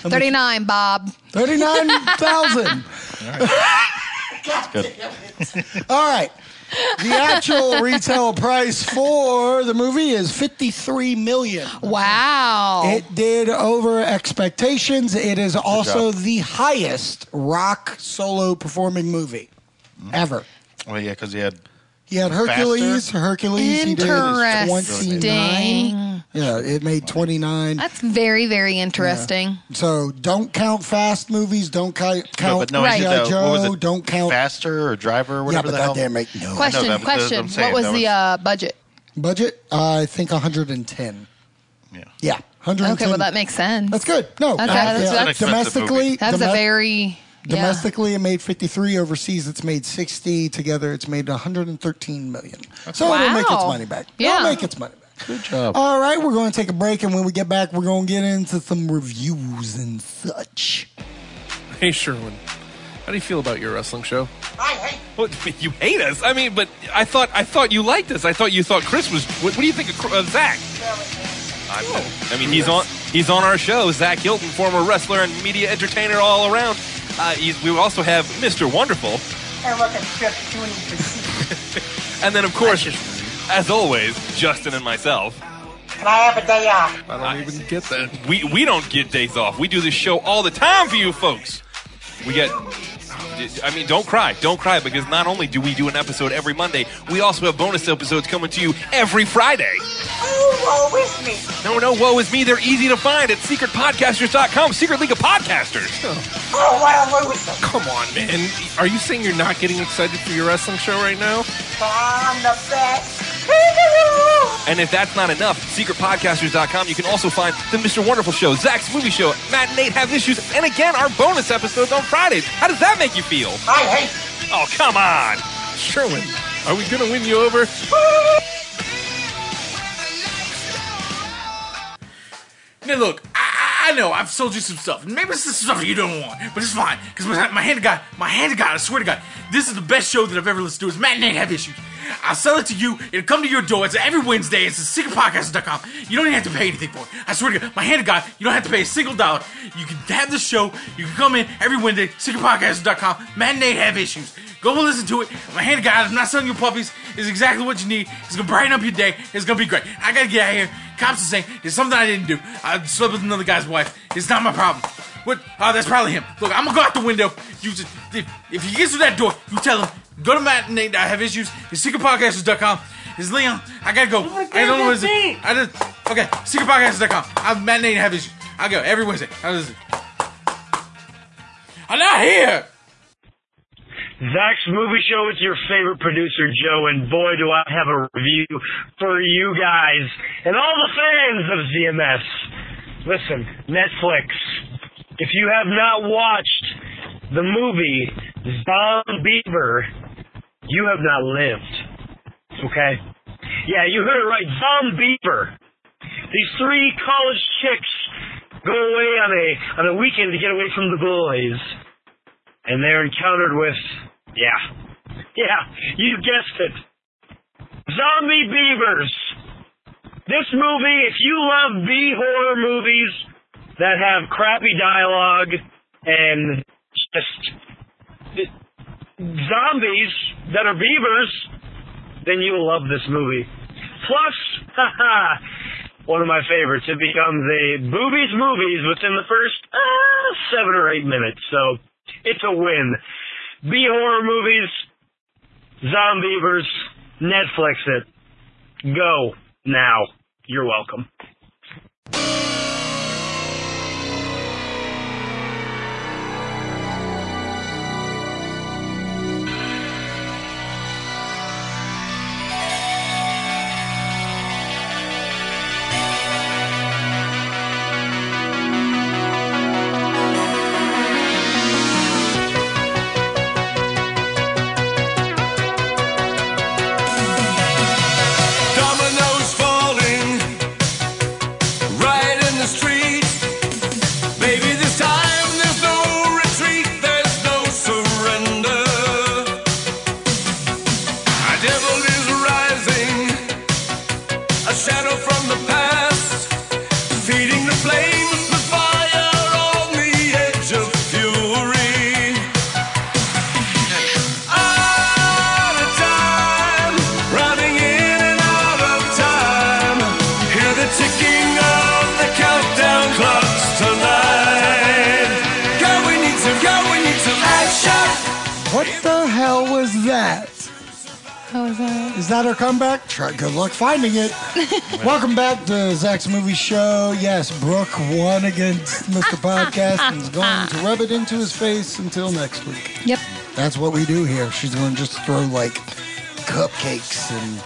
Speaker 6: 39, Bob.
Speaker 5: 39,000.
Speaker 4: Good.
Speaker 5: All right. The actual retail price for the movie is fifty-three million.
Speaker 6: Wow.
Speaker 5: It did over expectations. It is also the highest rock solo performing movie
Speaker 4: Mm.
Speaker 5: ever.
Speaker 4: Well, yeah, because he had.
Speaker 5: He had Hercules, Hercules. He did
Speaker 6: Interesting.
Speaker 5: twenty-nine. Yeah, it made twenty-nine.
Speaker 6: That's very, very interesting.
Speaker 5: So don't count fast movies. Don't ca-
Speaker 4: No,
Speaker 5: count
Speaker 4: but no,
Speaker 6: Right.
Speaker 4: he
Speaker 5: G.I.
Speaker 4: did the- what was
Speaker 5: Joe.
Speaker 4: it?
Speaker 5: Don't count.
Speaker 4: Faster or driver or
Speaker 5: yeah,
Speaker 4: whatever
Speaker 5: but
Speaker 4: the hell.
Speaker 5: goddamn it, no
Speaker 6: Question,
Speaker 4: that- that's what
Speaker 6: question.
Speaker 4: I'm saying.
Speaker 6: what was
Speaker 4: That
Speaker 6: the
Speaker 4: was-
Speaker 6: uh, budget?
Speaker 5: budget. Uh, I think one hundred and ten.
Speaker 4: Yeah.
Speaker 5: Yeah, hundred.
Speaker 6: Okay, well that makes sense.
Speaker 5: That's good. No,
Speaker 6: Okay, that's-
Speaker 5: yeah.
Speaker 6: that's-
Speaker 5: domestically,
Speaker 6: That's a
Speaker 5: domes-
Speaker 6: very yeah.
Speaker 5: domestically it made 53 overseas it's made 60 together it's made 113 million so it'll make its
Speaker 6: Wow.
Speaker 5: money back
Speaker 6: Yeah.
Speaker 5: it'll make its money back good job all right we're going to take a break and when we get back we're going to get into some reviews and such
Speaker 1: Hey, Sherwin, how do you feel about your wrestling show? I hate. What, you hate us? I mean, but I thought I thought you liked us. I thought you thought Chris was. What, what do you think of, Cr- of Zach? I'm- I mean, he's on he's on our show. Zach Hilton, former wrestler and media entertainer all around. Uh, he's, we also have Mr. Wonderful,
Speaker 7: I look at just doing it.
Speaker 1: and then of course, as always, Justin and myself.
Speaker 7: Can I have a day off?
Speaker 1: I don't even get that. We we don't get days off. We do this show all the time for you folks. We get. I mean, don't cry, don't cry, because not only do we do an episode every Monday, we also have bonus episodes coming to you every Friday.
Speaker 7: Oh, woe is me.
Speaker 1: No, no, woe is me. They're easy to find at secretpodcasters.com, Secret League of Podcasters.
Speaker 7: Oh, what a loser.
Speaker 1: Come on, man. Are you saying you're not getting excited for your wrestling show right now?
Speaker 7: I'm the best. Peekaboo.
Speaker 1: And if that's not enough, secretpodcasters.com, you can also find the Mr. Wonderful Show, Zach's Movie Show, Matt and Nate Have Issues, and again, our bonus episodes on Fridays. How does that make you feel?
Speaker 7: I hate
Speaker 1: Oh, come on. Sherwin, are we going to win you over?
Speaker 8: Now look, I, I- I know I've sold you some stuff. Maybe it's the stuff you don't want, but it's fine because my, my hand to God, my hand to God, I swear to God, this is the best show that I've ever listened to. It's Matt and Nate have issues. I'll sell it to you. It'll come to your door. It's every Wednesday. It's at secretpodcast.com. You don't even have to pay anything for it. I swear to God, my hand to God, you don't have to pay a single dollar. You can have the show. You can come in every Wednesday. Secretpodcast.com. Matt and Nate have issues. Go and listen to it. My hand to God, I'm not selling you puppies. It's exactly what you need. It's gonna brighten up your day. It's gonna be great. I gotta get out of here. Cops are saying there's something I didn't do. I slept with another guy's wife. It's not my problem. What? Oh, that's probably him. Look, I'm gonna go out the window. You just if, if he gets through that door, you tell him. Go to Matt and Nate. I have issues. It's secretpodcasters.com. It's Leon. I gotta go. I don't know what it is. I just okay. Secretpodcasters.com. I'm Matt and Nate. Have issues. I go every Wednesday. How does it? I'm not here.
Speaker 9: Zach's Movie Show with your favorite producer, Joe, and boy, do I have a review for you guys and all the fans of ZMS. Listen, Netflix, if you have not watched the movie Zombiever, you have not lived. Okay? Yeah, you heard it right. Zombiever. These three college chicks go away on a on a weekend to get away from the boys and they're encountered with, yeah, yeah, you guessed it, zombie beavers. This movie, if you love B horror movies that have crappy dialogue and just zombies that are beavers, then you will love this movie. Plus, haha, one of my favorites. It becomes a boobies movies within the first uh, seven or eight minutes. So it's a win. B horror movies, zombievers, Netflix it. Go now. You're welcome.
Speaker 10: Dominoes falling, ticking of the countdown clocks tonight. Go, we need some, go, we need some action.
Speaker 5: What the hell was that?
Speaker 6: How was that?
Speaker 5: Is that our comeback? Try good luck finding it. Welcome back to Zach's Movie Show. Yes, Brooke won against Mr. Podcast and is going to rub it into his face until next week.
Speaker 6: Yep.
Speaker 5: That's what we do here. She's going to just throw like cupcakes and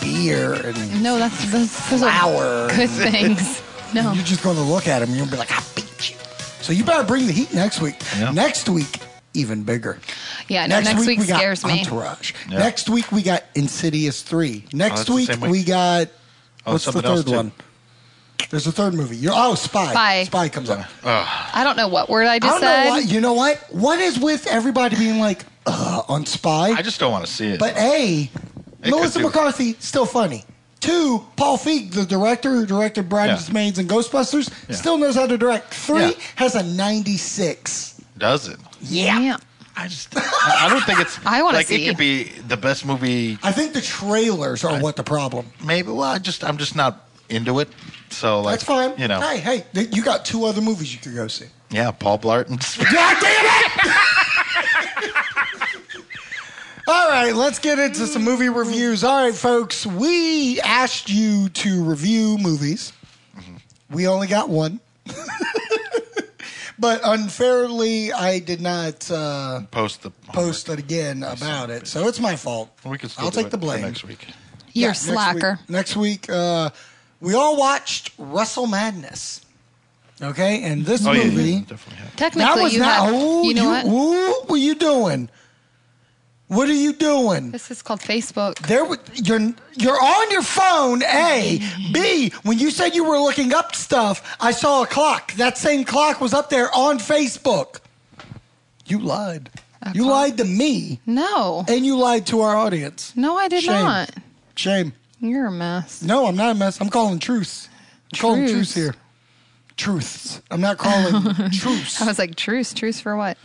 Speaker 5: beer and
Speaker 6: No, that's those, those are
Speaker 5: Flower.
Speaker 6: good things. No.
Speaker 5: you're just going to look at him and you'll be like, I beat you. So you better bring the heat next week. Next week, even bigger.
Speaker 6: Yeah, no, next, week,
Speaker 5: we got
Speaker 6: scares me.
Speaker 5: Entourage.
Speaker 4: Yeah.
Speaker 5: Next week we got Insidious three.
Speaker 4: that's
Speaker 5: Next
Speaker 4: the
Speaker 5: week
Speaker 4: same week.
Speaker 5: we got
Speaker 4: Oh,
Speaker 5: what's the
Speaker 4: something else
Speaker 5: third
Speaker 4: too.
Speaker 5: one? There's a third movie. You're, oh, Spy.
Speaker 6: Spy.
Speaker 5: comes up.
Speaker 6: I don't know what word I
Speaker 5: I
Speaker 6: just
Speaker 5: don't know why.
Speaker 6: said.
Speaker 5: You know what? What is with everybody being like uh, on Spy?
Speaker 4: I just don't want to see it.
Speaker 5: but a
Speaker 4: It
Speaker 5: Melissa
Speaker 4: could do it.
Speaker 5: McCarthy still funny. Two, Paul Feig, the director who directed
Speaker 4: Yeah.
Speaker 5: Brides Maids and Ghostbusters,
Speaker 4: Yeah.
Speaker 5: still knows how to direct. Three
Speaker 4: Yeah.
Speaker 5: has a 96.
Speaker 4: Does it?
Speaker 6: Yeah.
Speaker 4: I just. I I don't think it's.
Speaker 6: I wanna
Speaker 4: like
Speaker 6: see.
Speaker 4: it could be the best movie.
Speaker 5: I think the trailers are what the problem.
Speaker 4: Maybe. Well, I just. I'm just not into it. So like.
Speaker 5: That's fine.
Speaker 4: You know.
Speaker 5: Hey, hey, th- you got two other movies you could go see.
Speaker 4: Yeah, Paul Blart. and-
Speaker 5: God damn it! All right, let's get into some movie reviews. All right, folks, we asked you to review movies.
Speaker 4: Mm-hmm.
Speaker 5: We only got one. but unfairly, I did not uh,
Speaker 4: Post the
Speaker 5: post it again about it, so it's my fault.
Speaker 4: We can still
Speaker 5: I'll
Speaker 4: do
Speaker 5: take
Speaker 4: it
Speaker 5: the
Speaker 4: for
Speaker 5: blame.
Speaker 4: next week.
Speaker 6: You're
Speaker 5: Yeah,
Speaker 6: a slacker.
Speaker 5: Next week, next week, uh, we all watched Wrestle Madness. Okay, and this
Speaker 4: Oh yeah,
Speaker 5: movie.
Speaker 4: yeah, definitely. Yeah.
Speaker 5: That
Speaker 6: Technically,
Speaker 5: was
Speaker 6: you
Speaker 5: not.
Speaker 6: have.
Speaker 5: oh,
Speaker 6: you know what?
Speaker 5: Ooh, what are you doing? What are you doing?
Speaker 6: This is called Facebook.
Speaker 5: There, wa- you're you're on your phone. A, B. When you said you were looking up stuff, I saw a clock. That same clock was up there on Facebook. You lied. you
Speaker 6: clock?
Speaker 5: lied to me,
Speaker 6: No.
Speaker 5: and you lied to our audience.
Speaker 6: No, I did
Speaker 5: Shame.
Speaker 6: not.
Speaker 5: Shame.
Speaker 6: You're a mess.
Speaker 5: No, I'm not a mess. I'm calling truce. I'm calling truce
Speaker 6: Truce.
Speaker 5: here. Truths. I'm not calling truce.
Speaker 6: I was like, truce, truce for what?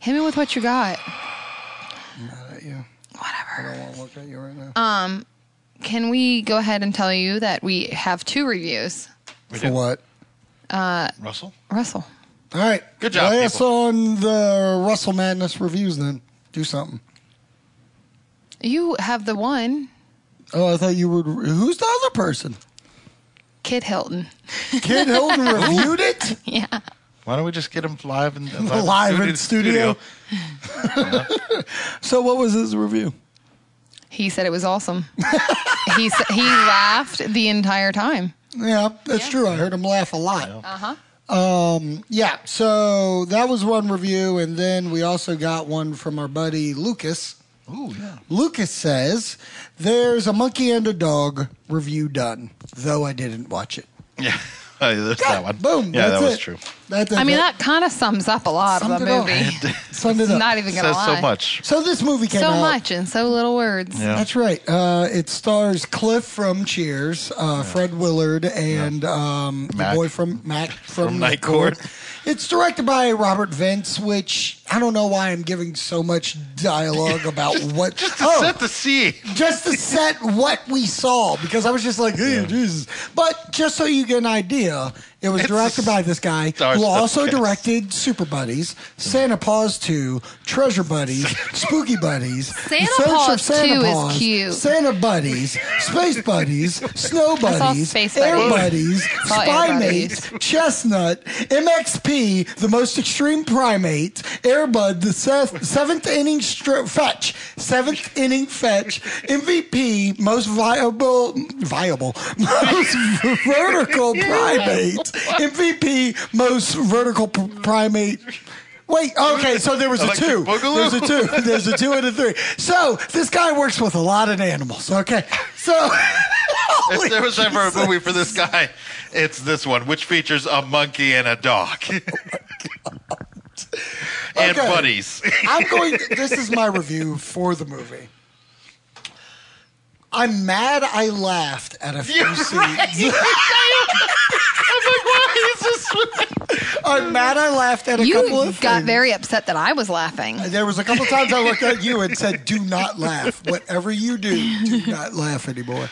Speaker 6: Hit me with what you got.
Speaker 5: Uh, Yeah.
Speaker 6: Whatever.
Speaker 5: I won't look at you right now.
Speaker 6: Can we go ahead and tell you that we have two reviews?
Speaker 5: For what?
Speaker 4: Russell.
Speaker 6: Russell.
Speaker 5: All right.
Speaker 4: Good job,
Speaker 5: Lay us
Speaker 4: people.
Speaker 5: on the Russell Madness reviews then. Do something.
Speaker 6: You have the one,
Speaker 5: Oh, I thought you would. Who's the other person?
Speaker 6: Kid Hilton.
Speaker 5: Kid Hilton reviewed it
Speaker 6: yeah.
Speaker 4: Why don't we just get him live and live,
Speaker 5: live in studio. so, what was his review?
Speaker 6: He said it was awesome. he s- he laughed the entire time.
Speaker 5: Yeah, that's true. I heard him laugh a lot. Uh
Speaker 6: Uh-huh.
Speaker 5: huh. Um, yeah, so that was one review, and then we also got one from our buddy Lucas.
Speaker 4: Ooh, yeah.
Speaker 5: Lucas says, There's a monkey and a dog review done, though I didn't watch it.
Speaker 4: Yeah. Oh, yeah, There's that one.
Speaker 5: Boom.
Speaker 4: Yeah,
Speaker 5: that's
Speaker 4: that was
Speaker 5: it.
Speaker 4: true.
Speaker 5: That,
Speaker 6: I mean, that kind of sums up a lot of the
Speaker 5: Summed it up.
Speaker 6: movie.
Speaker 5: summed it
Speaker 6: It's
Speaker 5: up.
Speaker 6: not even gonna
Speaker 4: Says
Speaker 6: lie.
Speaker 4: so much.
Speaker 5: So this movie came
Speaker 6: So
Speaker 5: out.
Speaker 6: much in so little words.
Speaker 4: Yeah.
Speaker 5: That's right. Uh, it stars Cliff from Cheers, uh, Fred Willard, and um, the
Speaker 4: Mac.
Speaker 5: boy from Mac from,
Speaker 4: From Night Court.
Speaker 5: It's directed by Robert Vince, which I don't know why I'm giving so much dialogue about what.
Speaker 4: Just to
Speaker 5: Oh,
Speaker 4: set the scene.
Speaker 5: just to set what we saw because I was just like, hey, Jesus. But just so you get an idea, it was
Speaker 4: It's
Speaker 5: directed by this guy
Speaker 4: stars
Speaker 5: who
Speaker 4: the
Speaker 5: also
Speaker 4: cast.
Speaker 5: directed Super Buddies, Santa Paws 2, Treasure Buddies, Spooky Buddies, The
Speaker 6: Santa
Speaker 5: Search of
Speaker 6: Paws 2 is
Speaker 5: Paws,
Speaker 6: cute.
Speaker 5: Santa Buddies, Space Buddies, Snow
Speaker 6: saw
Speaker 5: Buddies,
Speaker 6: Space
Speaker 5: Air
Speaker 6: Buddies.
Speaker 5: Buddies,
Speaker 6: saw Air
Speaker 5: Spy
Speaker 6: Buddies.
Speaker 5: Mates, Chestnut, MXP, the most extreme primate, Airbud, the se- seventh inning stri- fetch, seventh inning fetch, MVP, most viable, viable, most vertical primate, MVP, most vertical p- primate. Wait, okay, so there was a
Speaker 4: Electric
Speaker 5: two.
Speaker 4: Boogaloo?
Speaker 5: There's a two. There's a two and a three. So this guy works with a lot of animals. Okay, so.
Speaker 4: If there was ever a movie for this guy, it's this one, which features a monkey and a dog. and
Speaker 5: Oh Okay.
Speaker 4: buddies.
Speaker 5: I'm going. This is my review for the movie. I'm mad. I laughed at a few scenes. I'm mad. I laughed at a couple
Speaker 6: You
Speaker 5: of
Speaker 6: got
Speaker 5: things.
Speaker 6: very upset that I was laughing.
Speaker 5: There was a couple times I looked at you and said, "Do not laugh. Whatever you do, do not laugh anymore."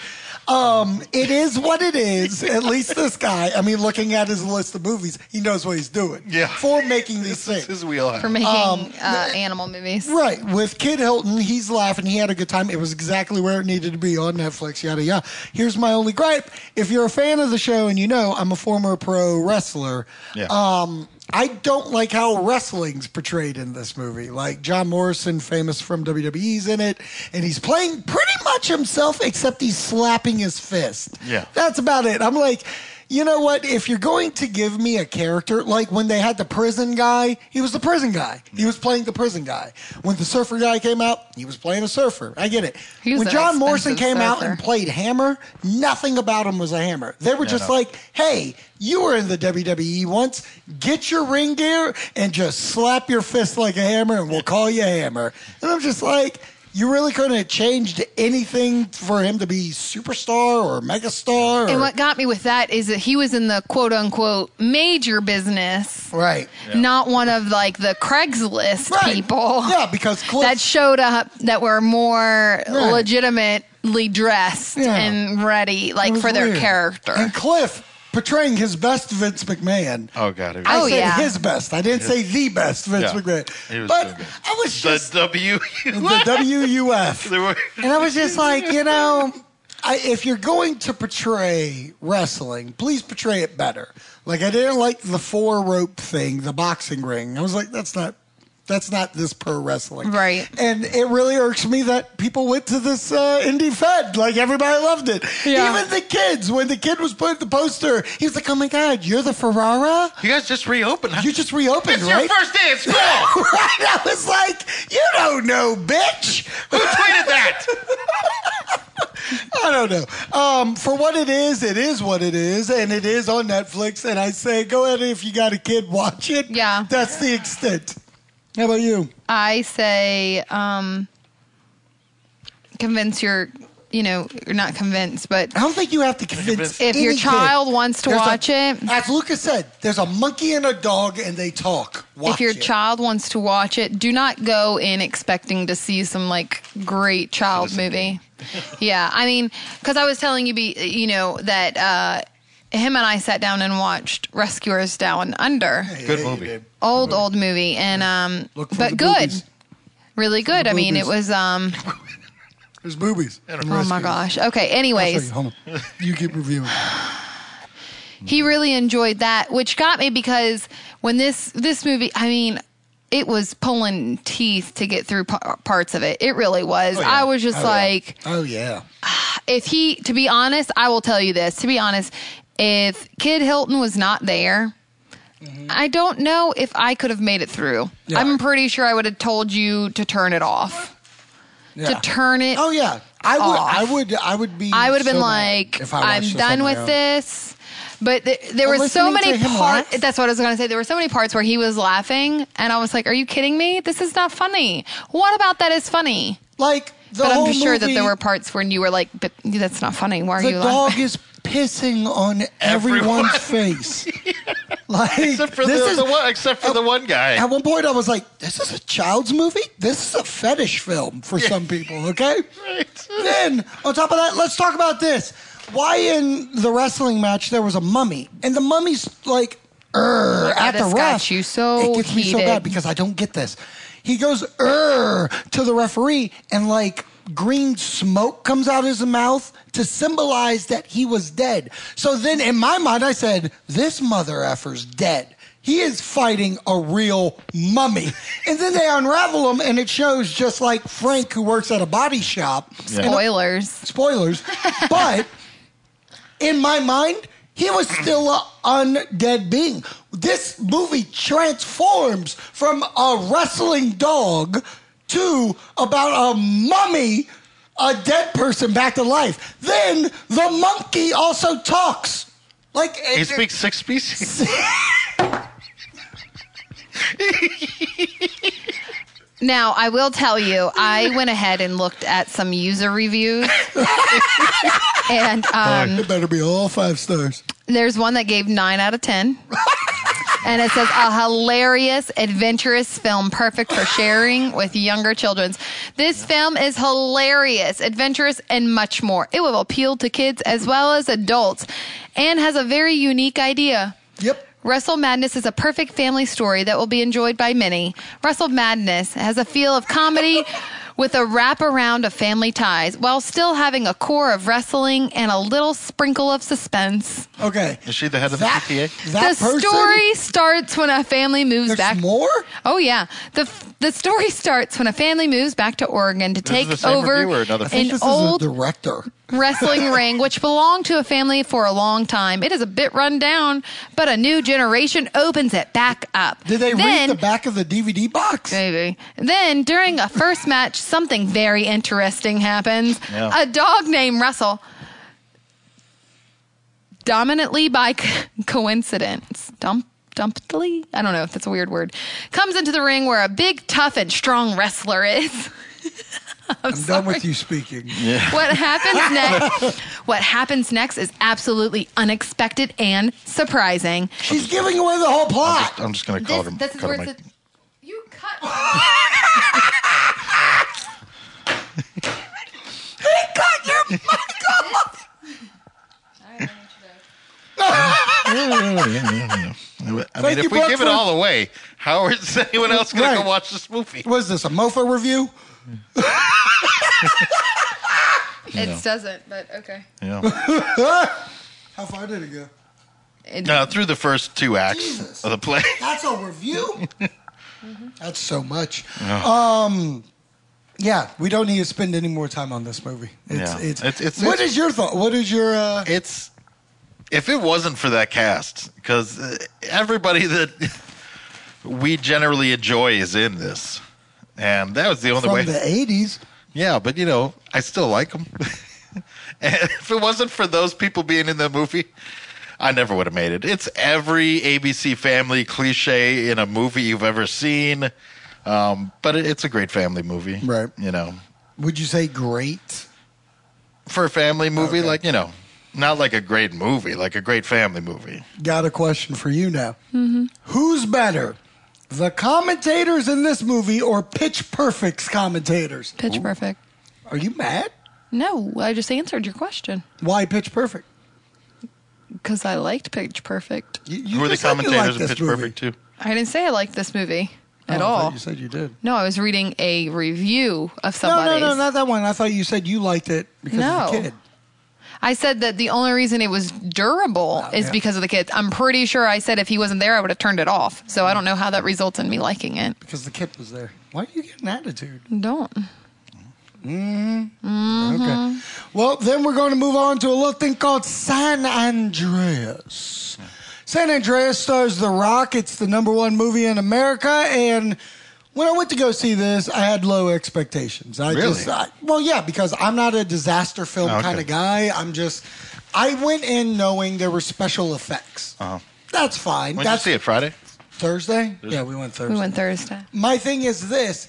Speaker 5: Um, it is what it is. At least this guy. I mean, looking at his list of movies, he knows what he's doing.
Speaker 4: Yeah.
Speaker 5: For making these things.
Speaker 4: His wheelhouse.
Speaker 6: for making
Speaker 5: Um,
Speaker 6: uh, animal movies.
Speaker 5: Right. With Kid Hilton, he's laughing. He had a good time. It was exactly where it needed to be on Netflix, yada, yada. Here's my only gripe. If you're a fan of the show and you know I'm a former pro wrestler,
Speaker 4: Yeah.
Speaker 5: um, I don't like how wrestling's portrayed in this movie. Like John Morrison, famous from WWE's in it, and he's playing pretty much himself, except he's slapping his fist.
Speaker 4: Yeah.
Speaker 5: That's about it. I'm like, you know what? If you're going to give me a character, like when they had the prison guy, he was the prison guy. He was playing the prison guy. When the surfer guy came out, he was playing a surfer. I get it.
Speaker 6: He was
Speaker 5: when
Speaker 6: an
Speaker 5: John Morrison
Speaker 6: expensive
Speaker 5: came out
Speaker 6: surfer.
Speaker 5: and played Hammer, nothing about him was a hammer. They were just
Speaker 4: no.
Speaker 5: like, hey, you were in the WWE once. Get your ring gear and just slap your fist like a hammer and we'll call you Hammer. And I'm just like, you really couldn't have changed anything for him to be superstar or megastar. Or,
Speaker 6: And what got me with that is that he was in the quote unquote major business,
Speaker 5: right.
Speaker 6: not one of like the Craigslist
Speaker 5: Right.
Speaker 6: people
Speaker 5: Yeah, because Cliff,
Speaker 6: that showed up that were more
Speaker 5: Right.
Speaker 6: legitimately dressed
Speaker 5: Yeah.
Speaker 6: and ready,
Speaker 5: it
Speaker 6: like
Speaker 5: was
Speaker 6: for their
Speaker 5: weird.
Speaker 6: character.
Speaker 5: And Cliff portraying his best Vince McMahon.
Speaker 4: Oh god. it
Speaker 5: I
Speaker 4: was-
Speaker 6: Oh,
Speaker 5: said
Speaker 6: yeah.
Speaker 5: his best. I didn't say the best Vince
Speaker 4: Yeah.
Speaker 5: McMahon.
Speaker 4: He was
Speaker 5: but
Speaker 4: so good.
Speaker 5: I was just
Speaker 4: the W.
Speaker 5: the WUF.
Speaker 4: there were.
Speaker 5: And I was just like, you know, I, if you're going to portray wrestling, please portray it better. Like I didn't like the four rope thing, the boxing ring. I was like, that's not that's not this pro wrestling.
Speaker 6: Right.
Speaker 5: And it really irks me that people went to this uh, indie fed. Like everybody loved it.
Speaker 6: Yeah.
Speaker 5: Even the kids. When the kid was putting the poster, he was like, "Oh my god, you're the Ferrara?
Speaker 4: You guys just reopened. huh?
Speaker 5: You just reopened,
Speaker 4: It's
Speaker 5: right?"
Speaker 4: your first day at school. Who
Speaker 5: right. I was like, "You don't know, bitch."
Speaker 4: tweeted that?
Speaker 5: I don't know. Um, for what it is, it is what it is, and it is on Netflix. And I say, go ahead if you got a kid, watch it.
Speaker 6: Yeah.
Speaker 5: that's the extent. How about you?
Speaker 6: I say, um, convince your, you know, you're not convinced, but
Speaker 5: I don't think you have to convince.
Speaker 6: if your
Speaker 5: any
Speaker 6: child
Speaker 5: kid.
Speaker 6: wants to
Speaker 5: There's a-
Speaker 6: watch it,
Speaker 5: as Lucas said, there's a monkey and a dog, and they talk. Watch
Speaker 6: if your
Speaker 5: it.
Speaker 6: child wants to watch it, do not go in expecting to see some like great child movie. yeah, I mean, because I was telling you, be you know that uh, him and I sat down and watched Rescuers Down Under,
Speaker 4: Good movie.
Speaker 6: old old movie, and um,
Speaker 5: Look for
Speaker 6: but
Speaker 5: the
Speaker 6: good,
Speaker 5: boobies.
Speaker 6: really good. I mean, it
Speaker 5: boobies.
Speaker 6: was um,
Speaker 5: there's boobies. Oh
Speaker 6: oh my gosh. Okay, anyways,
Speaker 5: hold on. You keep reviewing.
Speaker 6: he really enjoyed that, which got me because when this this movie, I mean, it was pulling teeth to get through p- parts of it. It really was. I was just like,
Speaker 5: Oh yeah.
Speaker 6: if he, to be honest, I will tell you this. To be honest, if Kid Hilton was not there. I don't know if I could have made it through.
Speaker 5: Mm-hmm. Yeah.
Speaker 6: I'm pretty sure I would have told you to turn it off.
Speaker 5: yeah.
Speaker 6: To turn it
Speaker 5: Oh yeah. I would.
Speaker 6: off.
Speaker 5: I would. I would be.
Speaker 6: I would have
Speaker 5: so
Speaker 6: been
Speaker 5: mad
Speaker 6: like,
Speaker 5: if I
Speaker 6: I'm
Speaker 5: watched this on
Speaker 6: done
Speaker 5: my
Speaker 6: with
Speaker 5: own.
Speaker 6: this. But th- there
Speaker 5: But
Speaker 6: were so
Speaker 5: listening to
Speaker 6: many
Speaker 5: him
Speaker 6: parts.
Speaker 5: laugh?
Speaker 6: That's what I was going to say. There were so many parts where he was laughing, and I was like, "Are you kidding me? This is not funny. What about that is funny?"
Speaker 5: Like the
Speaker 6: but
Speaker 5: whole
Speaker 6: I'm sure that
Speaker 5: movie-
Speaker 6: there were parts when you were like, "But that's not funny. Why are
Speaker 5: the
Speaker 6: you
Speaker 5: dog
Speaker 6: laughing?"
Speaker 5: is pissing on everyone's face. Like
Speaker 4: Except for
Speaker 5: this
Speaker 4: the,
Speaker 5: is
Speaker 4: the one. Except for the one guy.
Speaker 5: At one point, I was like, "This is a child's movie. This is a fetish film for some people." Okay.
Speaker 4: Right.
Speaker 5: Then on top of that, let's talk about this. Why in the wrestling match there was a mummy, and the mummy's like, "Er," at the
Speaker 6: "Oh, this
Speaker 5: ref.
Speaker 6: got you so
Speaker 5: it gets me so
Speaker 6: heated.
Speaker 5: bad because I don't get this. He goes er to the referee, and like green smoke comes out of his mouth to symbolize that he was dead. So then, in my mind, I said, "This mother effer's dead." He is fighting a real mummy, and then they unravel him, and it shows just like Frank, who works at a body shop. And
Speaker 6: Spoilers.
Speaker 5: spoilers, but in my mind, he was still a undead being. This movie transforms from a wrestling dog to about a mummy, a dead person back to life. Then the monkey also talks. Like
Speaker 4: He
Speaker 5: it-
Speaker 4: speaks six species.
Speaker 6: Now I will tell you, I went ahead and looked at some user reviews, uh, and um,
Speaker 5: it better be all five stars.
Speaker 6: There's one that gave nine out of ten. And it says a hilarious, adventurous film perfect for sharing with younger children. This film is hilarious, adventurous, and much more. It will appeal to kids as well as adults and has a very unique idea.
Speaker 5: Yep.
Speaker 6: Wrestle Madness is a perfect family story that will be enjoyed by many. Wrestle Madness has a feel of comedy with a wraparound of family ties while still having a core of wrestling and a little sprinkle of suspense.
Speaker 5: Okay.
Speaker 4: Is she the head of
Speaker 5: That-
Speaker 4: the PTA?
Speaker 5: That
Speaker 6: the
Speaker 5: person-
Speaker 6: story starts when a family moves
Speaker 5: There's
Speaker 6: back.
Speaker 5: more?
Speaker 6: Oh yeah. The the story starts when a family moves back to Oregon to take
Speaker 4: the same
Speaker 6: over
Speaker 4: review or another
Speaker 5: I think
Speaker 6: an
Speaker 5: this
Speaker 6: old
Speaker 5: is a director.
Speaker 6: wrestling ring, which belonged to a family for a long time. It is a bit run down, but a new generation opens it back up.
Speaker 5: Did they
Speaker 6: then,
Speaker 5: read the back of the DVD box?
Speaker 6: Maybe. Then, during a first match, something very interesting happens.
Speaker 4: Yeah.
Speaker 6: A dog named Russell, dominantly by co- coincidence, dump. Dumptly? I don't know if that's a weird word. Comes into the ring where a big, tough, and strong wrestler is.
Speaker 5: I'm, done with you speaking.
Speaker 6: What happens next? what happens next is absolutely unexpected and surprising.
Speaker 5: She's giving away the whole plot.
Speaker 4: I'm just going to call
Speaker 6: This,
Speaker 4: her.
Speaker 6: this is
Speaker 4: cut
Speaker 6: where
Speaker 4: her
Speaker 6: it's a,
Speaker 4: mic.
Speaker 6: you cut.
Speaker 4: I
Speaker 5: Thank
Speaker 4: mean,
Speaker 5: you,
Speaker 4: if we give
Speaker 5: Brooklyn.
Speaker 4: it all away, how is anyone else going to
Speaker 5: Right.
Speaker 4: go watch this movie?
Speaker 5: What is this, a mofo review?
Speaker 6: It doesn't, but okay.
Speaker 4: Yeah.
Speaker 5: How far did it go?
Speaker 6: It-
Speaker 4: Uh, through the first two acts
Speaker 5: Jesus.
Speaker 4: of the play.
Speaker 5: That's a review?
Speaker 4: Mm-hmm.
Speaker 5: That's so much. Um, yeah, we don't need to spend any more time on this movie. It's,
Speaker 4: Yeah.
Speaker 5: it's,
Speaker 4: It's- it's-
Speaker 5: what
Speaker 4: it's-
Speaker 5: is your thought? What is your, uh,
Speaker 4: It's if it wasn't for that cast, because everybody that we generally enjoy is in this, and that was the only
Speaker 5: from
Speaker 4: way.
Speaker 5: the 80s?
Speaker 4: Yeah, but you know, I still like them. and if it wasn't for those people being in the movie, I never would have made it. It's every ABC family cliche in a movie you've ever seen. Um, but it, it's a great family movie.
Speaker 5: Right.
Speaker 4: You know,
Speaker 5: Would you say great?
Speaker 4: for a family movie, like, you know, not like a great movie, like a great family movie.
Speaker 5: Got a question for you now. Who's better, the commentators in this movie or Pitch Perfect's commentators?
Speaker 6: Pitch perfect.
Speaker 5: Are you mad?
Speaker 6: No, I just answered your question
Speaker 5: Why Pitch Perfect?
Speaker 6: because I liked Pitch Perfect.
Speaker 5: You, you
Speaker 4: Who are the
Speaker 5: just said you
Speaker 4: commentators
Speaker 5: liked
Speaker 4: of
Speaker 5: this
Speaker 4: Pitch
Speaker 5: movie.
Speaker 4: Perfect, too?
Speaker 6: I didn't say I liked this movie at
Speaker 5: Oh, I thought
Speaker 6: all.
Speaker 5: You said you did.
Speaker 6: no, I was reading a review of
Speaker 5: No, no,
Speaker 6: somebody's.
Speaker 5: no, not that one. I thought you said you liked it because of the
Speaker 6: No.
Speaker 5: kid.
Speaker 6: I said that the only reason it was durable
Speaker 5: Oh,
Speaker 6: is
Speaker 5: yeah.
Speaker 6: because of the kids. I'm pretty sure I said if he wasn't there, I would have turned it off. So I don't know how that results in me liking it.
Speaker 5: Because the kid was there. Why are you getting attitude?
Speaker 6: Don't.
Speaker 4: Uh-huh.
Speaker 5: Okay. Well, then we're going to move on to a little thing called San Andreas. San Andreas stars The Rock. It's the number one movie in America. And when I went to go see this, I had low expectations. I
Speaker 4: Really? Oh,
Speaker 5: just, I, well, yeah, because I'm not a disaster film
Speaker 4: Okay.
Speaker 5: kind of guy. I'm just, I went in knowing there were special effects.
Speaker 4: Uh-huh.
Speaker 5: That's fine.
Speaker 4: When did you
Speaker 5: That's
Speaker 4: see it? Friday?
Speaker 5: Thursday? Yeah, we went Thursday.
Speaker 6: We went Thursday.
Speaker 5: My thing is this.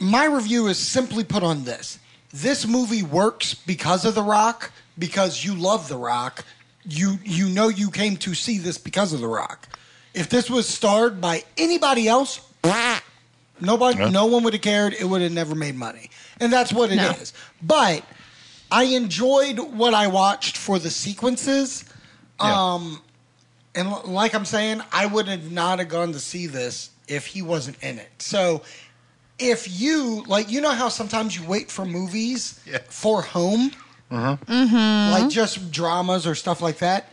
Speaker 5: My review is simply put on this. This movie works because of The Rock, because you love The Rock. You you know you came to see this because of The Rock. If this was starred by anybody else, nobody
Speaker 4: Yeah.
Speaker 5: no one would have cared. It would have never made money. And that's what it is.
Speaker 6: No.
Speaker 5: But I enjoyed what I watched for the sequences.
Speaker 4: Yeah.
Speaker 5: Um and l- like I'm saying, I would have not have gone to see this if he wasn't in it. So if you like, you know how sometimes you wait for movies
Speaker 4: Yeah.
Speaker 5: for home,
Speaker 4: Mm-hmm.
Speaker 5: like just dramas or stuff like that.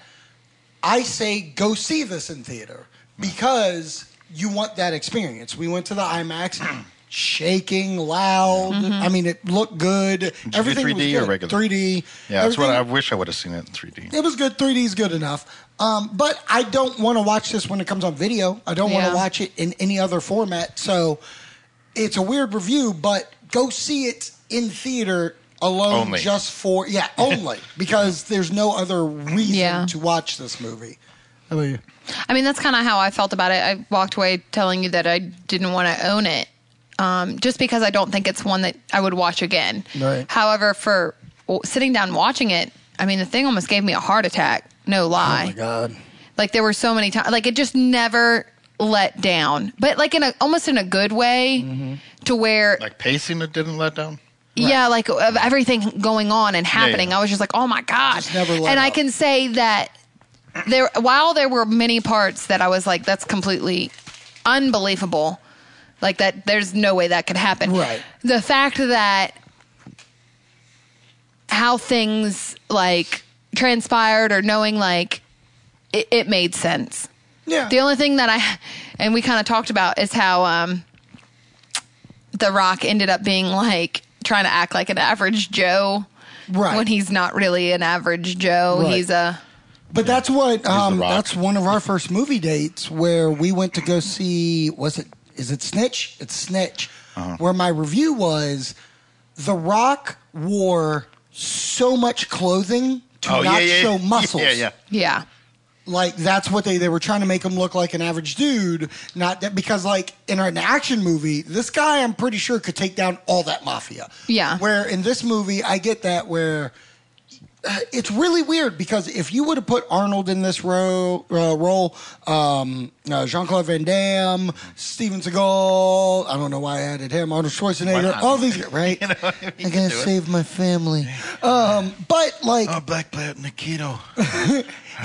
Speaker 5: I say go see this in theater because you want that experience. We went to the
Speaker 4: Hmm.
Speaker 5: IMAX. Shaking loud. I mean, it looked good.
Speaker 4: you do
Speaker 5: Everything
Speaker 4: 3D or
Speaker 5: was good.
Speaker 4: regular?
Speaker 5: 3D.
Speaker 4: Yeah, that's what
Speaker 5: Everything-
Speaker 4: I wish I would have seen it in 3D.
Speaker 5: it was good. 3D is good enough. Um, but I don't want to watch this when it comes on video. I don't want
Speaker 6: Yeah.
Speaker 5: to watch it in any other format. So it's a weird review, but go see it in theater alone
Speaker 4: Only.
Speaker 5: just for, yeah, only because there's no other reason
Speaker 6: Yeah.
Speaker 5: to watch this movie. How about you?
Speaker 6: I mean, that's kind of how I felt about it. I walked away telling you that I didn't want to own it, um, just because I don't think it's one that I would watch again.
Speaker 5: Right.
Speaker 6: However, for
Speaker 5: Uh,
Speaker 6: w- sitting down and watching it, I mean, the thing almost gave me a heart attack. No lie.
Speaker 5: Oh God.
Speaker 6: Like there were so many times, like it just never let down, but like in a almost in a good way,
Speaker 5: Mm-hmm.
Speaker 6: to where
Speaker 4: Like pacing, it didn't let down.
Speaker 6: yeah, like of everything going on and happening.
Speaker 4: yeah.
Speaker 6: I was just like, oh my god!
Speaker 5: Just never let
Speaker 6: and I
Speaker 5: up.
Speaker 6: can say that there, while there were many parts that I was like, that's completely unbelievable. Like that, there's no way that could happen.
Speaker 5: Right.
Speaker 6: The fact that how things like transpired, or knowing like it, it made sense.
Speaker 5: Yeah.
Speaker 6: The only thing that I and we kind of talked about is how um, The Rock ended up being like trying to act like an average Joe
Speaker 5: Right.
Speaker 6: when he's not really an average Joe.
Speaker 5: Right.
Speaker 6: He's a
Speaker 5: But that's what um,
Speaker 4: Rock.
Speaker 5: that's one of our first movie dates where we went to go see was it is it Snitch? It's Snitch.
Speaker 4: Uh-huh.
Speaker 5: Where my review was The Rock wore so much clothing to
Speaker 4: Oh, yeah,
Speaker 5: not
Speaker 4: yeah, yeah.
Speaker 5: show muscles.
Speaker 4: Yeah, yeah.
Speaker 6: yeah.
Speaker 5: Like that's what they they were trying to make him look like an average dude, not that because like in an action movie, this guy I'm pretty sure could take down all that mafia.
Speaker 6: Yeah.
Speaker 5: Where in this movie, I get that where uh, it's really weird because if you would have put Arnold in this ro- uh, role, um, uh, Jean Claude Van Damme, Steven Seagal, I don't know why I added him, Arnold Schwarzenegger, all these, right?
Speaker 4: You know what I mean?
Speaker 5: I gotta
Speaker 4: Do it.
Speaker 5: save my family. Um, but like,
Speaker 4: Oh, Black Planet Nikito.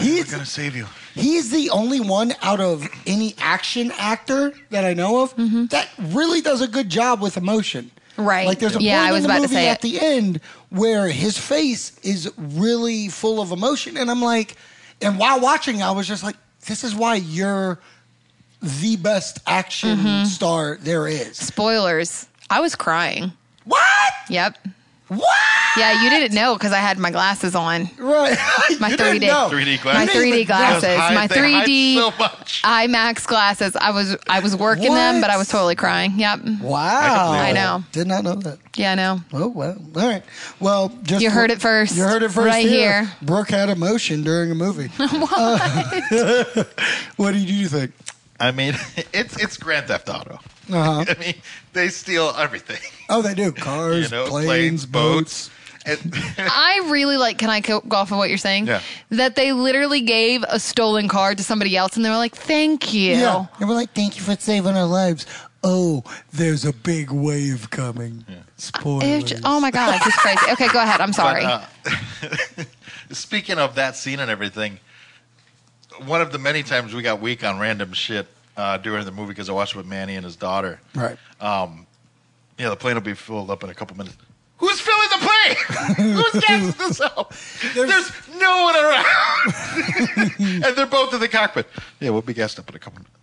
Speaker 5: he's
Speaker 4: We're gonna save you.
Speaker 5: he's the only one out of any action actor that I know of that really does a good job with emotion.
Speaker 6: Mm-hmm. Right.
Speaker 5: Like there's a
Speaker 6: Yeah,
Speaker 5: point
Speaker 6: I was
Speaker 5: in the
Speaker 6: about to
Speaker 5: movie
Speaker 6: say
Speaker 5: at
Speaker 6: it.
Speaker 5: the end where his face is really full of emotion, and I'm like, and while watching, I was just like, this is why you're the best action
Speaker 6: Mm-hmm.
Speaker 5: star there is.
Speaker 6: Spoilers. I was crying.
Speaker 5: What?
Speaker 6: Yep.
Speaker 5: What?
Speaker 6: Yeah, you didn't know because I had my glasses on.
Speaker 5: Right.
Speaker 6: My
Speaker 5: You didn't
Speaker 6: 3D
Speaker 5: know.
Speaker 4: 3D
Speaker 6: My
Speaker 4: glasses.
Speaker 6: 3D glasses.
Speaker 4: Those hide-
Speaker 6: My
Speaker 4: they hide
Speaker 6: 3D
Speaker 4: so much.
Speaker 6: IMAX glasses. I was I was working them,
Speaker 5: What?
Speaker 6: but I was totally crying. Yep.
Speaker 5: Wow.
Speaker 6: I know.
Speaker 5: Did not know that.
Speaker 6: Yeah, I know.
Speaker 5: Oh well, all right. Well, just
Speaker 6: You heard it first.
Speaker 5: You heard it first
Speaker 6: Right here.
Speaker 5: Brooke had emotion during a movie. what? what did you think?
Speaker 4: I mean, it's it's Grand Theft Auto.
Speaker 5: Uh-huh.
Speaker 4: I mean, they steal everything.
Speaker 5: Oh, they do cars,
Speaker 4: You know,
Speaker 5: planes, boats.
Speaker 4: And-
Speaker 6: I really like. Can I go go off of what you're saying?
Speaker 4: Yeah.
Speaker 6: That they literally gave a stolen car to somebody else, and they were like, "Thank you."
Speaker 5: Yeah, and we're like, thank you for saving our lives. Oh, there's a big wave coming. Spoilers.
Speaker 6: It's- oh my god, it's crazy. Okay, go ahead. I'm sorry.
Speaker 4: Speaking of that scene and everything, one of the many times we got weak on random shit uh, during the movie because I watched it with Manny and his daughter.
Speaker 5: Right.
Speaker 4: Uh, Yeah, the plane will be filled up in a couple minutes. Who's filling the plane? Who's gassing this up? There's, no one around. and they're both in the cockpit. Yeah, we'll be gassed up in a couple minutes.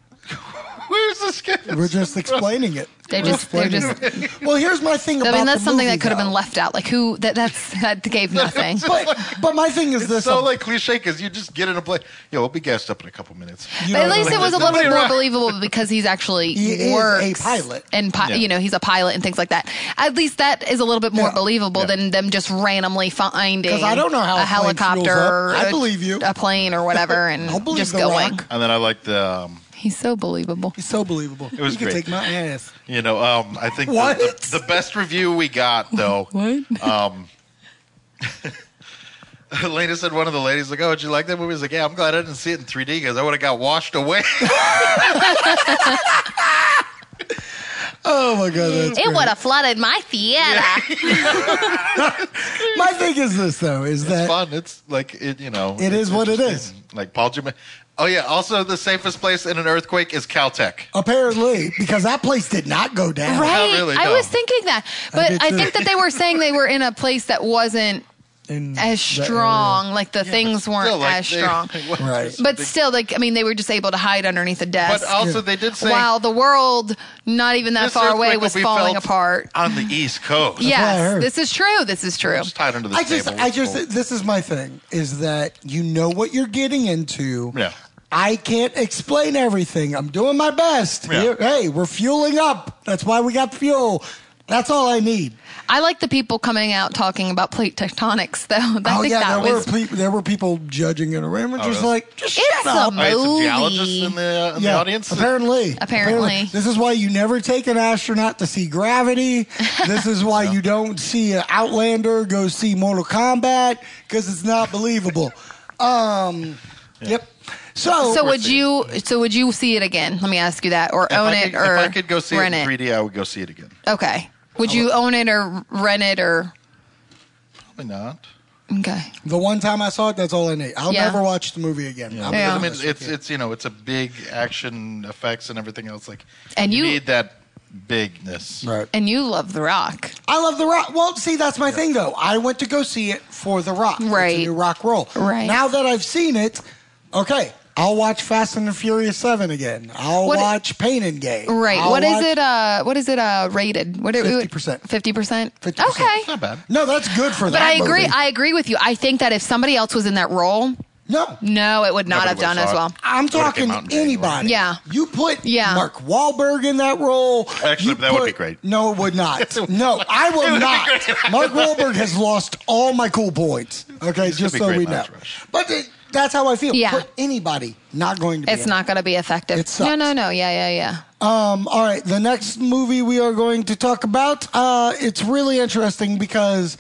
Speaker 4: Where's this guy?
Speaker 5: We're just explaining it.
Speaker 6: They
Speaker 5: We're
Speaker 6: just- they're
Speaker 5: explaining it. Well, here's my thing
Speaker 6: I
Speaker 5: about.
Speaker 6: mean, that's
Speaker 5: the
Speaker 6: something
Speaker 5: movie,
Speaker 6: that could have been
Speaker 5: though.
Speaker 6: left out. Like who? That that's that gave nothing.
Speaker 5: But, but my thing is this:
Speaker 4: so like cliche because you just get in a plane. Yeah, we'll be gassed up in a couple minutes.
Speaker 5: you
Speaker 6: But at
Speaker 5: know,
Speaker 6: least
Speaker 5: like-
Speaker 6: it was a
Speaker 4: there's
Speaker 6: little bit
Speaker 4: nobody
Speaker 6: more
Speaker 4: around.
Speaker 6: believable because he's actually
Speaker 5: He is a
Speaker 6: works
Speaker 5: pilot.
Speaker 6: and pi-
Speaker 4: Yeah.
Speaker 6: you know he's a pilot and things like that. At least that is a little bit more
Speaker 5: Yeah.
Speaker 6: believable than them just randomly finding.
Speaker 5: 'Cause I don't know how
Speaker 6: a,
Speaker 5: a plane
Speaker 6: helicopter,
Speaker 5: fuels up.
Speaker 6: or
Speaker 5: I
Speaker 6: a-
Speaker 5: believe you.
Speaker 6: a plane or whatever, and
Speaker 5: I'll believe
Speaker 6: just
Speaker 5: The
Speaker 6: going.
Speaker 5: Rock.
Speaker 4: And then I like the, um,
Speaker 6: He's so believable.
Speaker 5: He's so believable. It
Speaker 4: was
Speaker 5: you can
Speaker 4: great.
Speaker 5: take my ass.
Speaker 4: you know, um, I think the-
Speaker 5: What?
Speaker 4: The, the best review we got though.
Speaker 6: What?
Speaker 4: Elena said one of the ladies like, "Oh, did you like that movie?" I was like, "Yeah, I'm glad I didn't see it in 3D because I would have got washed away."
Speaker 5: Oh my god, that's
Speaker 6: It
Speaker 5: great.
Speaker 6: would have flooded my theater.
Speaker 5: My thing is this though: is
Speaker 4: it's
Speaker 5: that
Speaker 4: fun. It's like it, you know.
Speaker 5: It is what it
Speaker 4: it's-
Speaker 5: is.
Speaker 4: Like Paul Jim. Oh yeah. Also, the safest place in an earthquake is Caltech.
Speaker 5: Apparently, because that place did not go down.
Speaker 6: Right.
Speaker 4: really,
Speaker 6: I
Speaker 4: no.
Speaker 6: was thinking that.
Speaker 5: did
Speaker 6: But I,
Speaker 5: too.
Speaker 6: think that they were saying they were in a place that wasn't
Speaker 5: In
Speaker 6: as
Speaker 5: that
Speaker 6: strong. Like the things weren't
Speaker 4: Still, like,
Speaker 6: as
Speaker 4: they-
Speaker 6: strong.
Speaker 4: what-
Speaker 5: Right.
Speaker 6: But still, like I mean, they were just able to hide underneath a desk.
Speaker 4: But also, they did say
Speaker 6: while the world, not even that
Speaker 4: this
Speaker 6: far away,
Speaker 4: earthquake will
Speaker 6: was
Speaker 4: be
Speaker 6: falling
Speaker 4: felt
Speaker 6: apart.
Speaker 4: on the East Coast.
Speaker 5: what I
Speaker 6: Yes,
Speaker 5: heard.
Speaker 6: this is true. This is true.
Speaker 4: It's tied under the
Speaker 5: I just,
Speaker 4: table.
Speaker 5: I just, this is my thing: is that you know what you're getting into.
Speaker 4: Yeah.
Speaker 5: I can't explain everything. I'm doing my best.
Speaker 4: Yeah.
Speaker 5: Here- Hey, we're fueling up. That's why we got fuel. That's all I need.
Speaker 6: I like the people coming out talking about plate tectonics, though. I
Speaker 5: oh
Speaker 6: think
Speaker 5: yeah,
Speaker 6: that
Speaker 5: there
Speaker 6: was.
Speaker 5: were people. There were people judging it around. We're just
Speaker 4: Oh, really?
Speaker 5: like, just
Speaker 6: It's
Speaker 5: shut up.
Speaker 6: a
Speaker 4: I had some
Speaker 6: movie.
Speaker 4: geologists in the, in the audience.
Speaker 5: Apparently.
Speaker 6: Apparently.
Speaker 5: This is why you never take an astronaut to see Gravity. this is why you don't see an Outlander go see Mortal Kombat because it's not believable. Um, Yep. So,
Speaker 6: So would you? So would you see it again? Let me ask you that, or
Speaker 4: If
Speaker 6: own
Speaker 4: I
Speaker 6: it,
Speaker 4: could-
Speaker 6: or
Speaker 4: if I could go see it
Speaker 6: rent
Speaker 4: in 3D, I would go see it again.
Speaker 6: Okay. Would you own it or rent it or?
Speaker 4: Probably not.
Speaker 6: Okay.
Speaker 5: the one time I saw it, that's all I need. I'll
Speaker 6: Yeah.
Speaker 5: never watch the movie again.
Speaker 4: Yeah.
Speaker 5: I'm
Speaker 4: but
Speaker 6: Yeah.
Speaker 4: I mean, it's it's you know, it's a big action effects and everything else. Like,
Speaker 6: And you-
Speaker 4: need that bigness.
Speaker 5: Right.
Speaker 6: And you love The Rock.
Speaker 5: I love The Rock. Well, see, that's my thing though. I went to go see it for The Rock.
Speaker 6: Right.
Speaker 5: It's a new rock roll.
Speaker 6: Right.
Speaker 5: Now that I've seen it, okay, I'll watch Fast and the Furious Seven again. I'll
Speaker 6: What-
Speaker 5: watch Pain and Gain.
Speaker 6: Right.
Speaker 5: I'll
Speaker 6: What is
Speaker 5: watch-
Speaker 6: it? Uh, what is it? Uh, rated? What are
Speaker 5: 50%.
Speaker 6: Fifty percent.
Speaker 5: 50%.
Speaker 6: Okay.
Speaker 4: Not bad.
Speaker 5: No, that's good for
Speaker 6: But
Speaker 5: that.
Speaker 6: I agree.
Speaker 5: movie.
Speaker 6: I agree with you. I think that if somebody else was in that role,
Speaker 5: no.
Speaker 6: no, it would not have
Speaker 4: Nobody
Speaker 6: done
Speaker 4: would've
Speaker 6: as
Speaker 4: saw it.
Speaker 6: well.
Speaker 5: I'm talking
Speaker 4: came out in January.
Speaker 5: anybody.
Speaker 6: Yeah.
Speaker 5: You put
Speaker 6: Yeah.
Speaker 5: Mark Wahlberg in that role.
Speaker 4: Actually,
Speaker 5: You
Speaker 4: that would be great.
Speaker 5: No, it would not. no, I will not. Mark Wahlberg has lost all my cool points. Okay,
Speaker 4: He's gonna
Speaker 5: just
Speaker 4: be
Speaker 5: so
Speaker 4: great
Speaker 5: we
Speaker 4: in
Speaker 5: know.
Speaker 4: Entourage.
Speaker 5: But it, that's how I feel.
Speaker 6: Yeah.
Speaker 5: Put anybody not going to be.
Speaker 6: It's
Speaker 5: in it.
Speaker 6: not going to be effective.
Speaker 5: It sucks.
Speaker 6: no, no, no. Yeah, yeah, yeah.
Speaker 5: Um, all right, the next movie we are going to talk about. Uh, it's really interesting because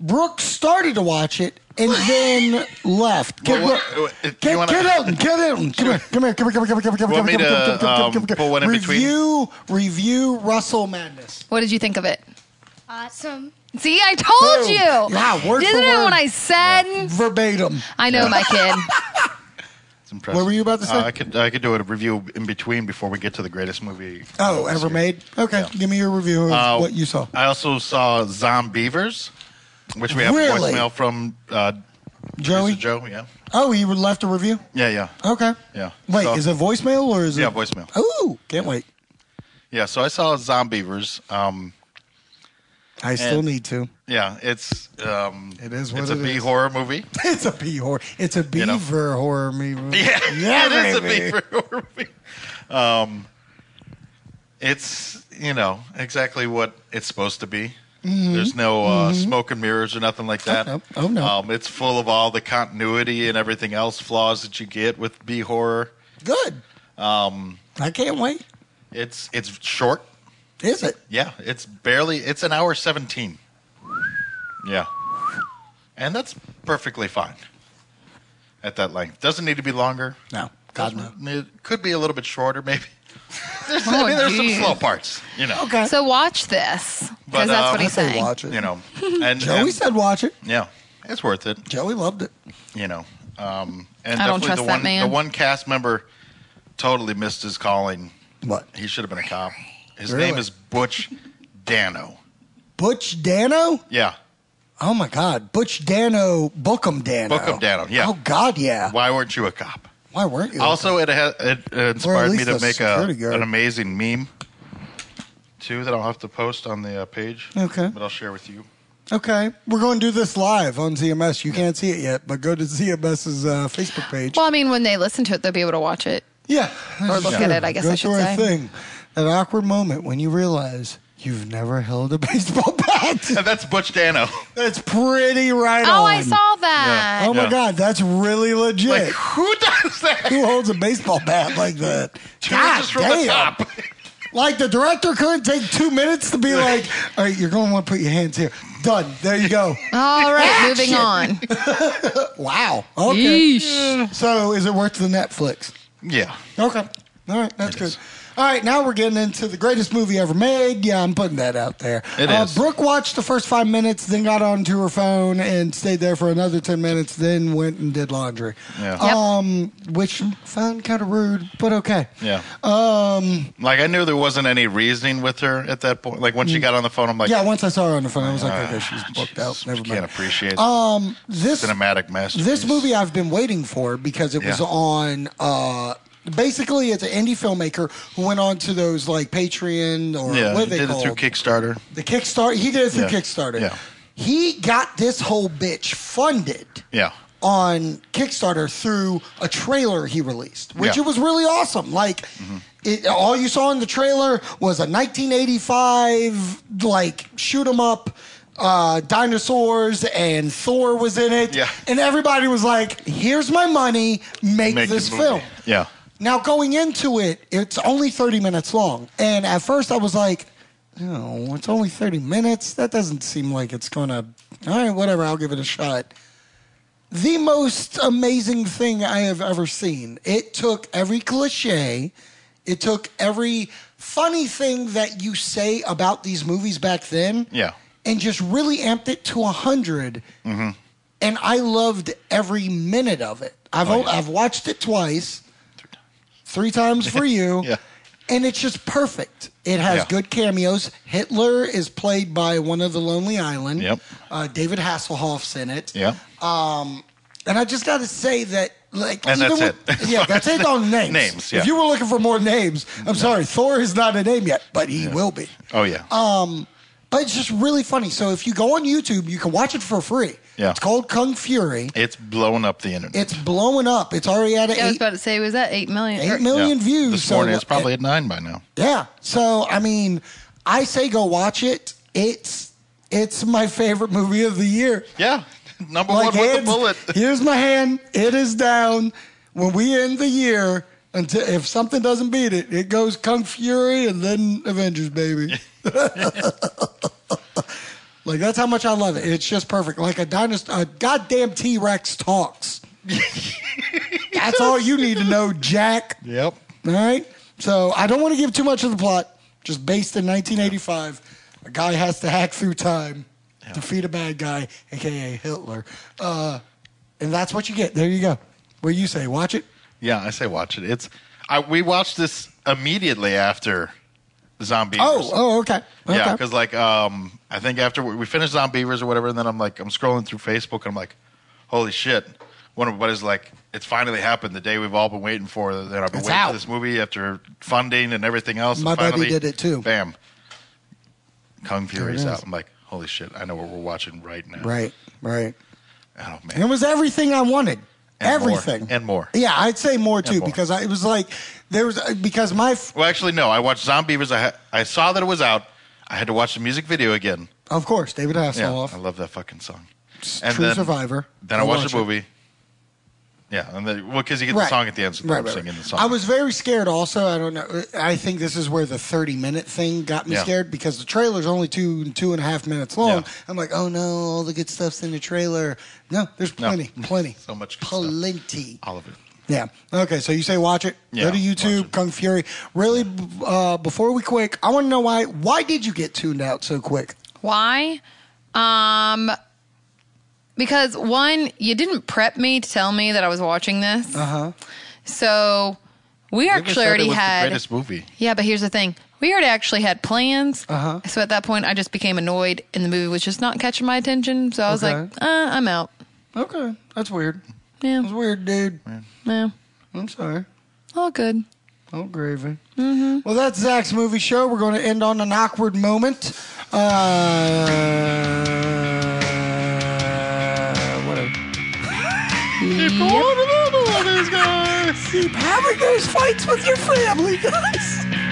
Speaker 5: Brooke started to watch it and then left. Kid,
Speaker 4: Well,
Speaker 5: Brooke-
Speaker 4: what- what-
Speaker 5: Kid,
Speaker 4: you wanna-
Speaker 5: Kid Elton, Kid Elton, come here, come here, come here, come here, come here, come here,
Speaker 4: Want me
Speaker 5: come here,
Speaker 4: to,
Speaker 5: come here, come here, come
Speaker 4: um,
Speaker 5: here.
Speaker 4: pull one in between?
Speaker 5: Review, review Russell Madness.
Speaker 6: What did you think of it?
Speaker 11: Awesome.
Speaker 6: See, I told
Speaker 5: Boom.
Speaker 6: you.
Speaker 5: Yeah, word
Speaker 6: Didn't
Speaker 5: for
Speaker 6: it
Speaker 5: word.
Speaker 6: when I said?
Speaker 5: Verbatim.
Speaker 6: I know my kid.
Speaker 4: It's impressive.
Speaker 5: What were you about to say?
Speaker 4: Uh, I could I could do a review in between before we get to the greatest movie.
Speaker 5: Oh,
Speaker 4: this
Speaker 5: ever
Speaker 4: year.
Speaker 5: made? Okay,
Speaker 4: Yeah.
Speaker 5: give me your review of
Speaker 4: Uh,
Speaker 5: what you saw.
Speaker 4: I also saw Zombievers, which we have
Speaker 5: Really?
Speaker 4: voicemail from uh,
Speaker 5: Joey?
Speaker 4: producer Joe. Yeah.
Speaker 5: Oh, he left a review?
Speaker 4: Yeah. Yeah.
Speaker 5: Okay.
Speaker 4: Yeah.
Speaker 5: Wait,
Speaker 4: So-
Speaker 5: is it voicemail or is it?
Speaker 4: Yeah, voicemail.
Speaker 5: Oh, can't wait.
Speaker 4: Yeah. So I saw Zombievers. Um,
Speaker 5: I still
Speaker 4: And-
Speaker 5: need to.
Speaker 4: yeah, it's um,
Speaker 5: It is what
Speaker 4: it's a
Speaker 5: it
Speaker 4: B
Speaker 5: is.
Speaker 4: horror movie.
Speaker 5: It's a bee horror. It's a beaver
Speaker 4: know?
Speaker 5: horror movie.
Speaker 4: Yeah, it is
Speaker 5: baby.
Speaker 4: a beaver horror movie. Um, it's you know exactly what it's supposed to be. There's no uh, smoke and mirrors or nothing like that.
Speaker 5: no. Mm-hmm. Oh, no.
Speaker 4: Um, it's full of all the continuity and everything else flaws that you get with B horror.
Speaker 5: Good. Um, I can't wait.
Speaker 4: It's it's short.
Speaker 5: Is it?
Speaker 4: Yeah, it's barely. It's an hour seventeen. Yeah, and that's perfectly fine at that length. Doesn't need to be longer.
Speaker 5: No. God no.
Speaker 4: It could be a little bit shorter, maybe. There's,
Speaker 6: Oh,
Speaker 4: I mean, there's some
Speaker 6: geez.
Speaker 4: slow parts, you know.
Speaker 5: Okay.
Speaker 6: So watch this
Speaker 4: But,
Speaker 6: because that's
Speaker 4: uh,
Speaker 6: what
Speaker 5: I
Speaker 6: he's
Speaker 5: say
Speaker 6: saying.
Speaker 5: watch it.
Speaker 4: You know, and
Speaker 5: Joey
Speaker 4: and-
Speaker 5: said watch it.
Speaker 4: yeah, it's worth it.
Speaker 5: Joey loved it.
Speaker 4: You know, um, and
Speaker 6: I don't
Speaker 4: definitely
Speaker 6: trust
Speaker 4: the
Speaker 6: that
Speaker 4: one
Speaker 6: man.
Speaker 4: the one cast member totally missed his calling.
Speaker 5: What?
Speaker 4: He should have been a cop. His
Speaker 5: Really?
Speaker 4: name is Butch Dano.
Speaker 5: Butch Dano?
Speaker 4: Yeah,
Speaker 5: Oh my God. Butch Dano, Bookham Dano.
Speaker 4: Bookham Dano, yeah.
Speaker 5: Oh God, yeah. Why,
Speaker 4: why weren't you a cop?
Speaker 5: weren't you?
Speaker 4: Also, it ha- it uh, inspired me
Speaker 5: least
Speaker 4: to
Speaker 5: a
Speaker 4: make a,
Speaker 5: security guard.
Speaker 4: an amazing meme too that I'll have to post on the uh, page.
Speaker 5: Okay.
Speaker 4: but I'll share with you.
Speaker 5: Okay. We're going to do this live on ZMS. You can't see it yet, but go to ZMS's uh, Facebook page.
Speaker 6: Well, I mean, when they listen to it, they'll be able to watch it.
Speaker 5: Yeah.
Speaker 6: Or look at it, I guess
Speaker 5: Go
Speaker 6: I should
Speaker 5: through
Speaker 6: say.
Speaker 5: a thing. That awkward moment when you realize you've never held a baseball bat.
Speaker 4: And that's Butch Dano.
Speaker 5: That's pretty right on.
Speaker 6: Oh, I saw that.
Speaker 5: Oh my
Speaker 4: Yeah.
Speaker 5: God, that's really legit.
Speaker 4: Like, who does that?
Speaker 5: Who holds a baseball bat like that?
Speaker 4: Two
Speaker 5: God
Speaker 4: inches from
Speaker 5: damn.
Speaker 4: the top.
Speaker 5: Like the director couldn't take two minutes to be like, all right, you're going to want to put your hands here. Done. There you go.
Speaker 4: Oh.
Speaker 6: All right, moving on.
Speaker 5: Wow. Okay.
Speaker 6: Yeesh.
Speaker 5: So is it worth the Netflix?
Speaker 4: Yeah.
Speaker 5: Okay. All right, that's
Speaker 4: It
Speaker 5: good.
Speaker 4: is.
Speaker 5: All right, now we're getting into the greatest movie ever made. Yeah, I'm putting that out there.
Speaker 4: It
Speaker 5: uh,
Speaker 4: is.
Speaker 5: Brooke watched the first five minutes, then got onto her phone and stayed there for another ten minutes, then went and did laundry.
Speaker 4: Yeah.
Speaker 6: Yep.
Speaker 5: Um, which I found kind of rude, but okay.
Speaker 4: Yeah.
Speaker 5: Um,
Speaker 4: Like I knew there wasn't any reasoning with her at that point. Like when she got on the phone, I'm like,
Speaker 5: Mm. yeah. Once I saw her on the phone, I was
Speaker 4: "Ah,
Speaker 5: like, okay, she's booked
Speaker 4: Jesus,
Speaker 5: out. Never
Speaker 4: Can't
Speaker 5: mind.
Speaker 4: appreciate
Speaker 5: Um, this
Speaker 4: cinematic masterpiece.
Speaker 5: This movie I've been waiting for because it was
Speaker 4: Yeah.
Speaker 5: on. Uh, basically, it's an indie filmmaker who went on to those like Patreon or
Speaker 4: yeah,
Speaker 5: what are
Speaker 4: he
Speaker 5: they
Speaker 4: did it
Speaker 5: called?
Speaker 4: through Kickstarter.
Speaker 5: the Kickstarter. He did it through
Speaker 4: Yeah.
Speaker 5: Kickstarter.
Speaker 4: Yeah.
Speaker 5: He got this whole bitch funded
Speaker 4: Yeah.
Speaker 5: on Kickstarter through a trailer he released, which
Speaker 4: Yeah. Mm-hmm.
Speaker 5: it was really awesome. Like, it, all you saw in the trailer was a 1985 like shoot 'em up. Uh, dinosaurs and Thor was in it,
Speaker 4: Yeah.
Speaker 5: and everybody was like, "Here's my money, make,
Speaker 4: Make the
Speaker 5: this
Speaker 4: movie.
Speaker 5: film."
Speaker 4: Yeah.
Speaker 5: Now going into it, it's only 30 minutes long. And at first I was like, no, it's only 30 minutes. That doesn't seem like it's going to All right, whatever, I'll give it a shot. the most amazing thing I have ever seen. It took every cliche, it took every funny thing that you say about these movies back then,
Speaker 4: Yeah. Mm-hmm.
Speaker 5: and just really amped it to 100. And I loved every minute of it.
Speaker 4: Oh,
Speaker 5: I've, o- I've watched it twice, three times for you.
Speaker 4: Yeah.
Speaker 5: And it's just perfect. It has
Speaker 4: Yeah.
Speaker 5: good cameos. Hitler is played by one of the Lonely Island.
Speaker 4: Yep.
Speaker 5: Uh, David Hasselhoff's in it.
Speaker 4: Yeah.
Speaker 5: Uh, And I just got to say that, like,
Speaker 4: And
Speaker 5: even
Speaker 4: that's
Speaker 5: with-
Speaker 4: it.
Speaker 5: yeah, that's it on names.
Speaker 4: Names, yeah.
Speaker 5: If you were looking for more names, I'm sorry, Thor is not a name yet, but he will be.
Speaker 4: Oh yeah.
Speaker 5: uh, But it's just really funny. So if you go on YouTube, you can watch it for free.
Speaker 4: Yeah.
Speaker 5: It's called Kung Fury.
Speaker 4: it's blown up the internet.
Speaker 5: It's blowing up. It's already at
Speaker 6: Yeah, I was
Speaker 5: eight,
Speaker 6: about to say, was that eight million?
Speaker 5: eight
Speaker 4: Yeah.
Speaker 5: million views.
Speaker 4: This
Speaker 5: So
Speaker 4: morning it's
Speaker 5: it-
Speaker 4: probably at nine by now.
Speaker 5: Yeah. So I mean, I say go watch it. It's it's my favorite movie of the year.
Speaker 4: Yeah. Number
Speaker 5: Like
Speaker 4: one with a
Speaker 5: hands,
Speaker 4: bullet.
Speaker 5: here's my hand. It is down. When we end the year, until if something doesn't beat it, it goes Kung Fury and then Avengers, baby. like that's how much I love it. It's just perfect. Like a dinosaur, a goddamn T Rex talks. that's all you need to know, Jack.
Speaker 4: Yep.
Speaker 5: All right. So I don't want to give too much of the plot. Just based in 1985, a guy has to hack through time, defeat a bad guy, aka Hitler, uh, and that's what you get. There you go. What do you say? Watch it.
Speaker 4: Yeah, I say watch it. It's I, we watched this immediately after Zombie.
Speaker 5: Oh, oh, okay. okay.
Speaker 4: Yeah, because like um, I think after we we finished Zombievers or whatever, and then I'm like I'm scrolling through Facebook and I'm like, holy shit! One of my buddies like, it's finally happened. The day we've all been waiting for. That I've been
Speaker 5: It's
Speaker 4: waiting
Speaker 5: out.
Speaker 4: for this movie after funding and everything else.
Speaker 5: My
Speaker 4: and
Speaker 5: buddy
Speaker 4: finally,
Speaker 5: did it too.
Speaker 4: Bam! Kung Fury's
Speaker 5: is.
Speaker 4: out. I'm like, holy shit! I know what we're watching right now.
Speaker 5: right, right.
Speaker 4: Oh
Speaker 5: And it
Speaker 4: man.
Speaker 5: was everything I wanted.
Speaker 4: And more.
Speaker 5: everything
Speaker 4: And more.
Speaker 5: Yeah, I'd say more too
Speaker 4: more.
Speaker 5: because I, it was like there was because my f-
Speaker 4: Well, actually, no. I watched Zombievers. I ha- I saw that it was out. I had to watch the music video again.
Speaker 5: of course David
Speaker 4: Yeah,
Speaker 5: Hasselhoff,
Speaker 4: I love that fucking song.
Speaker 5: true survivor.
Speaker 4: Then I,
Speaker 5: Go
Speaker 4: watched
Speaker 5: watch
Speaker 4: the
Speaker 5: it.
Speaker 4: movie. Yeah, and then well, because you get the song at the end, so I'm singing the song.
Speaker 5: I was very scared. Also, I don't know. I think this is where the thirty-minute thing got me
Speaker 4: Yeah.
Speaker 5: scared because the trailer's only two two and a half minutes long.
Speaker 4: Yeah.
Speaker 5: I'm like, oh no, all the good stuff's in the trailer. No, there's
Speaker 4: No.
Speaker 5: plenty, plenty,
Speaker 4: So much good stuff.
Speaker 5: plenty.
Speaker 4: all of it.
Speaker 5: Yeah. Okay. So you say watch it.
Speaker 4: Yeah,
Speaker 5: Go to
Speaker 4: watch
Speaker 5: YouTube.
Speaker 4: it.
Speaker 5: Kung Fury. Really. b- Uh, before we quick, I want to know why. Why did you get tuned out so quick?
Speaker 6: Why? Um, because one, you didn't prep me to tell me that I was watching this. Uh
Speaker 5: Uh-huh.
Speaker 6: huh. So we
Speaker 4: Whoever
Speaker 6: actually
Speaker 4: said
Speaker 6: already
Speaker 4: it was
Speaker 6: had.
Speaker 4: the greatest movie.
Speaker 6: Yeah, but here's the thing. We already actually had plans. Uh-huh. So at that point, I just became annoyed, and the movie was just not catching my attention. So I was
Speaker 5: Okay.
Speaker 6: like, uh, I'm out.
Speaker 5: Okay, that's weird.
Speaker 6: Yeah,
Speaker 5: That's weird, dude.
Speaker 6: yeah,
Speaker 5: I'm sorry.
Speaker 6: all good.
Speaker 5: Oh, gravy. Mm-hmm. Well, that's Zach's movie show. We're going to end on an awkward moment. Uh, whatever. Keep having those fights with your family, guys.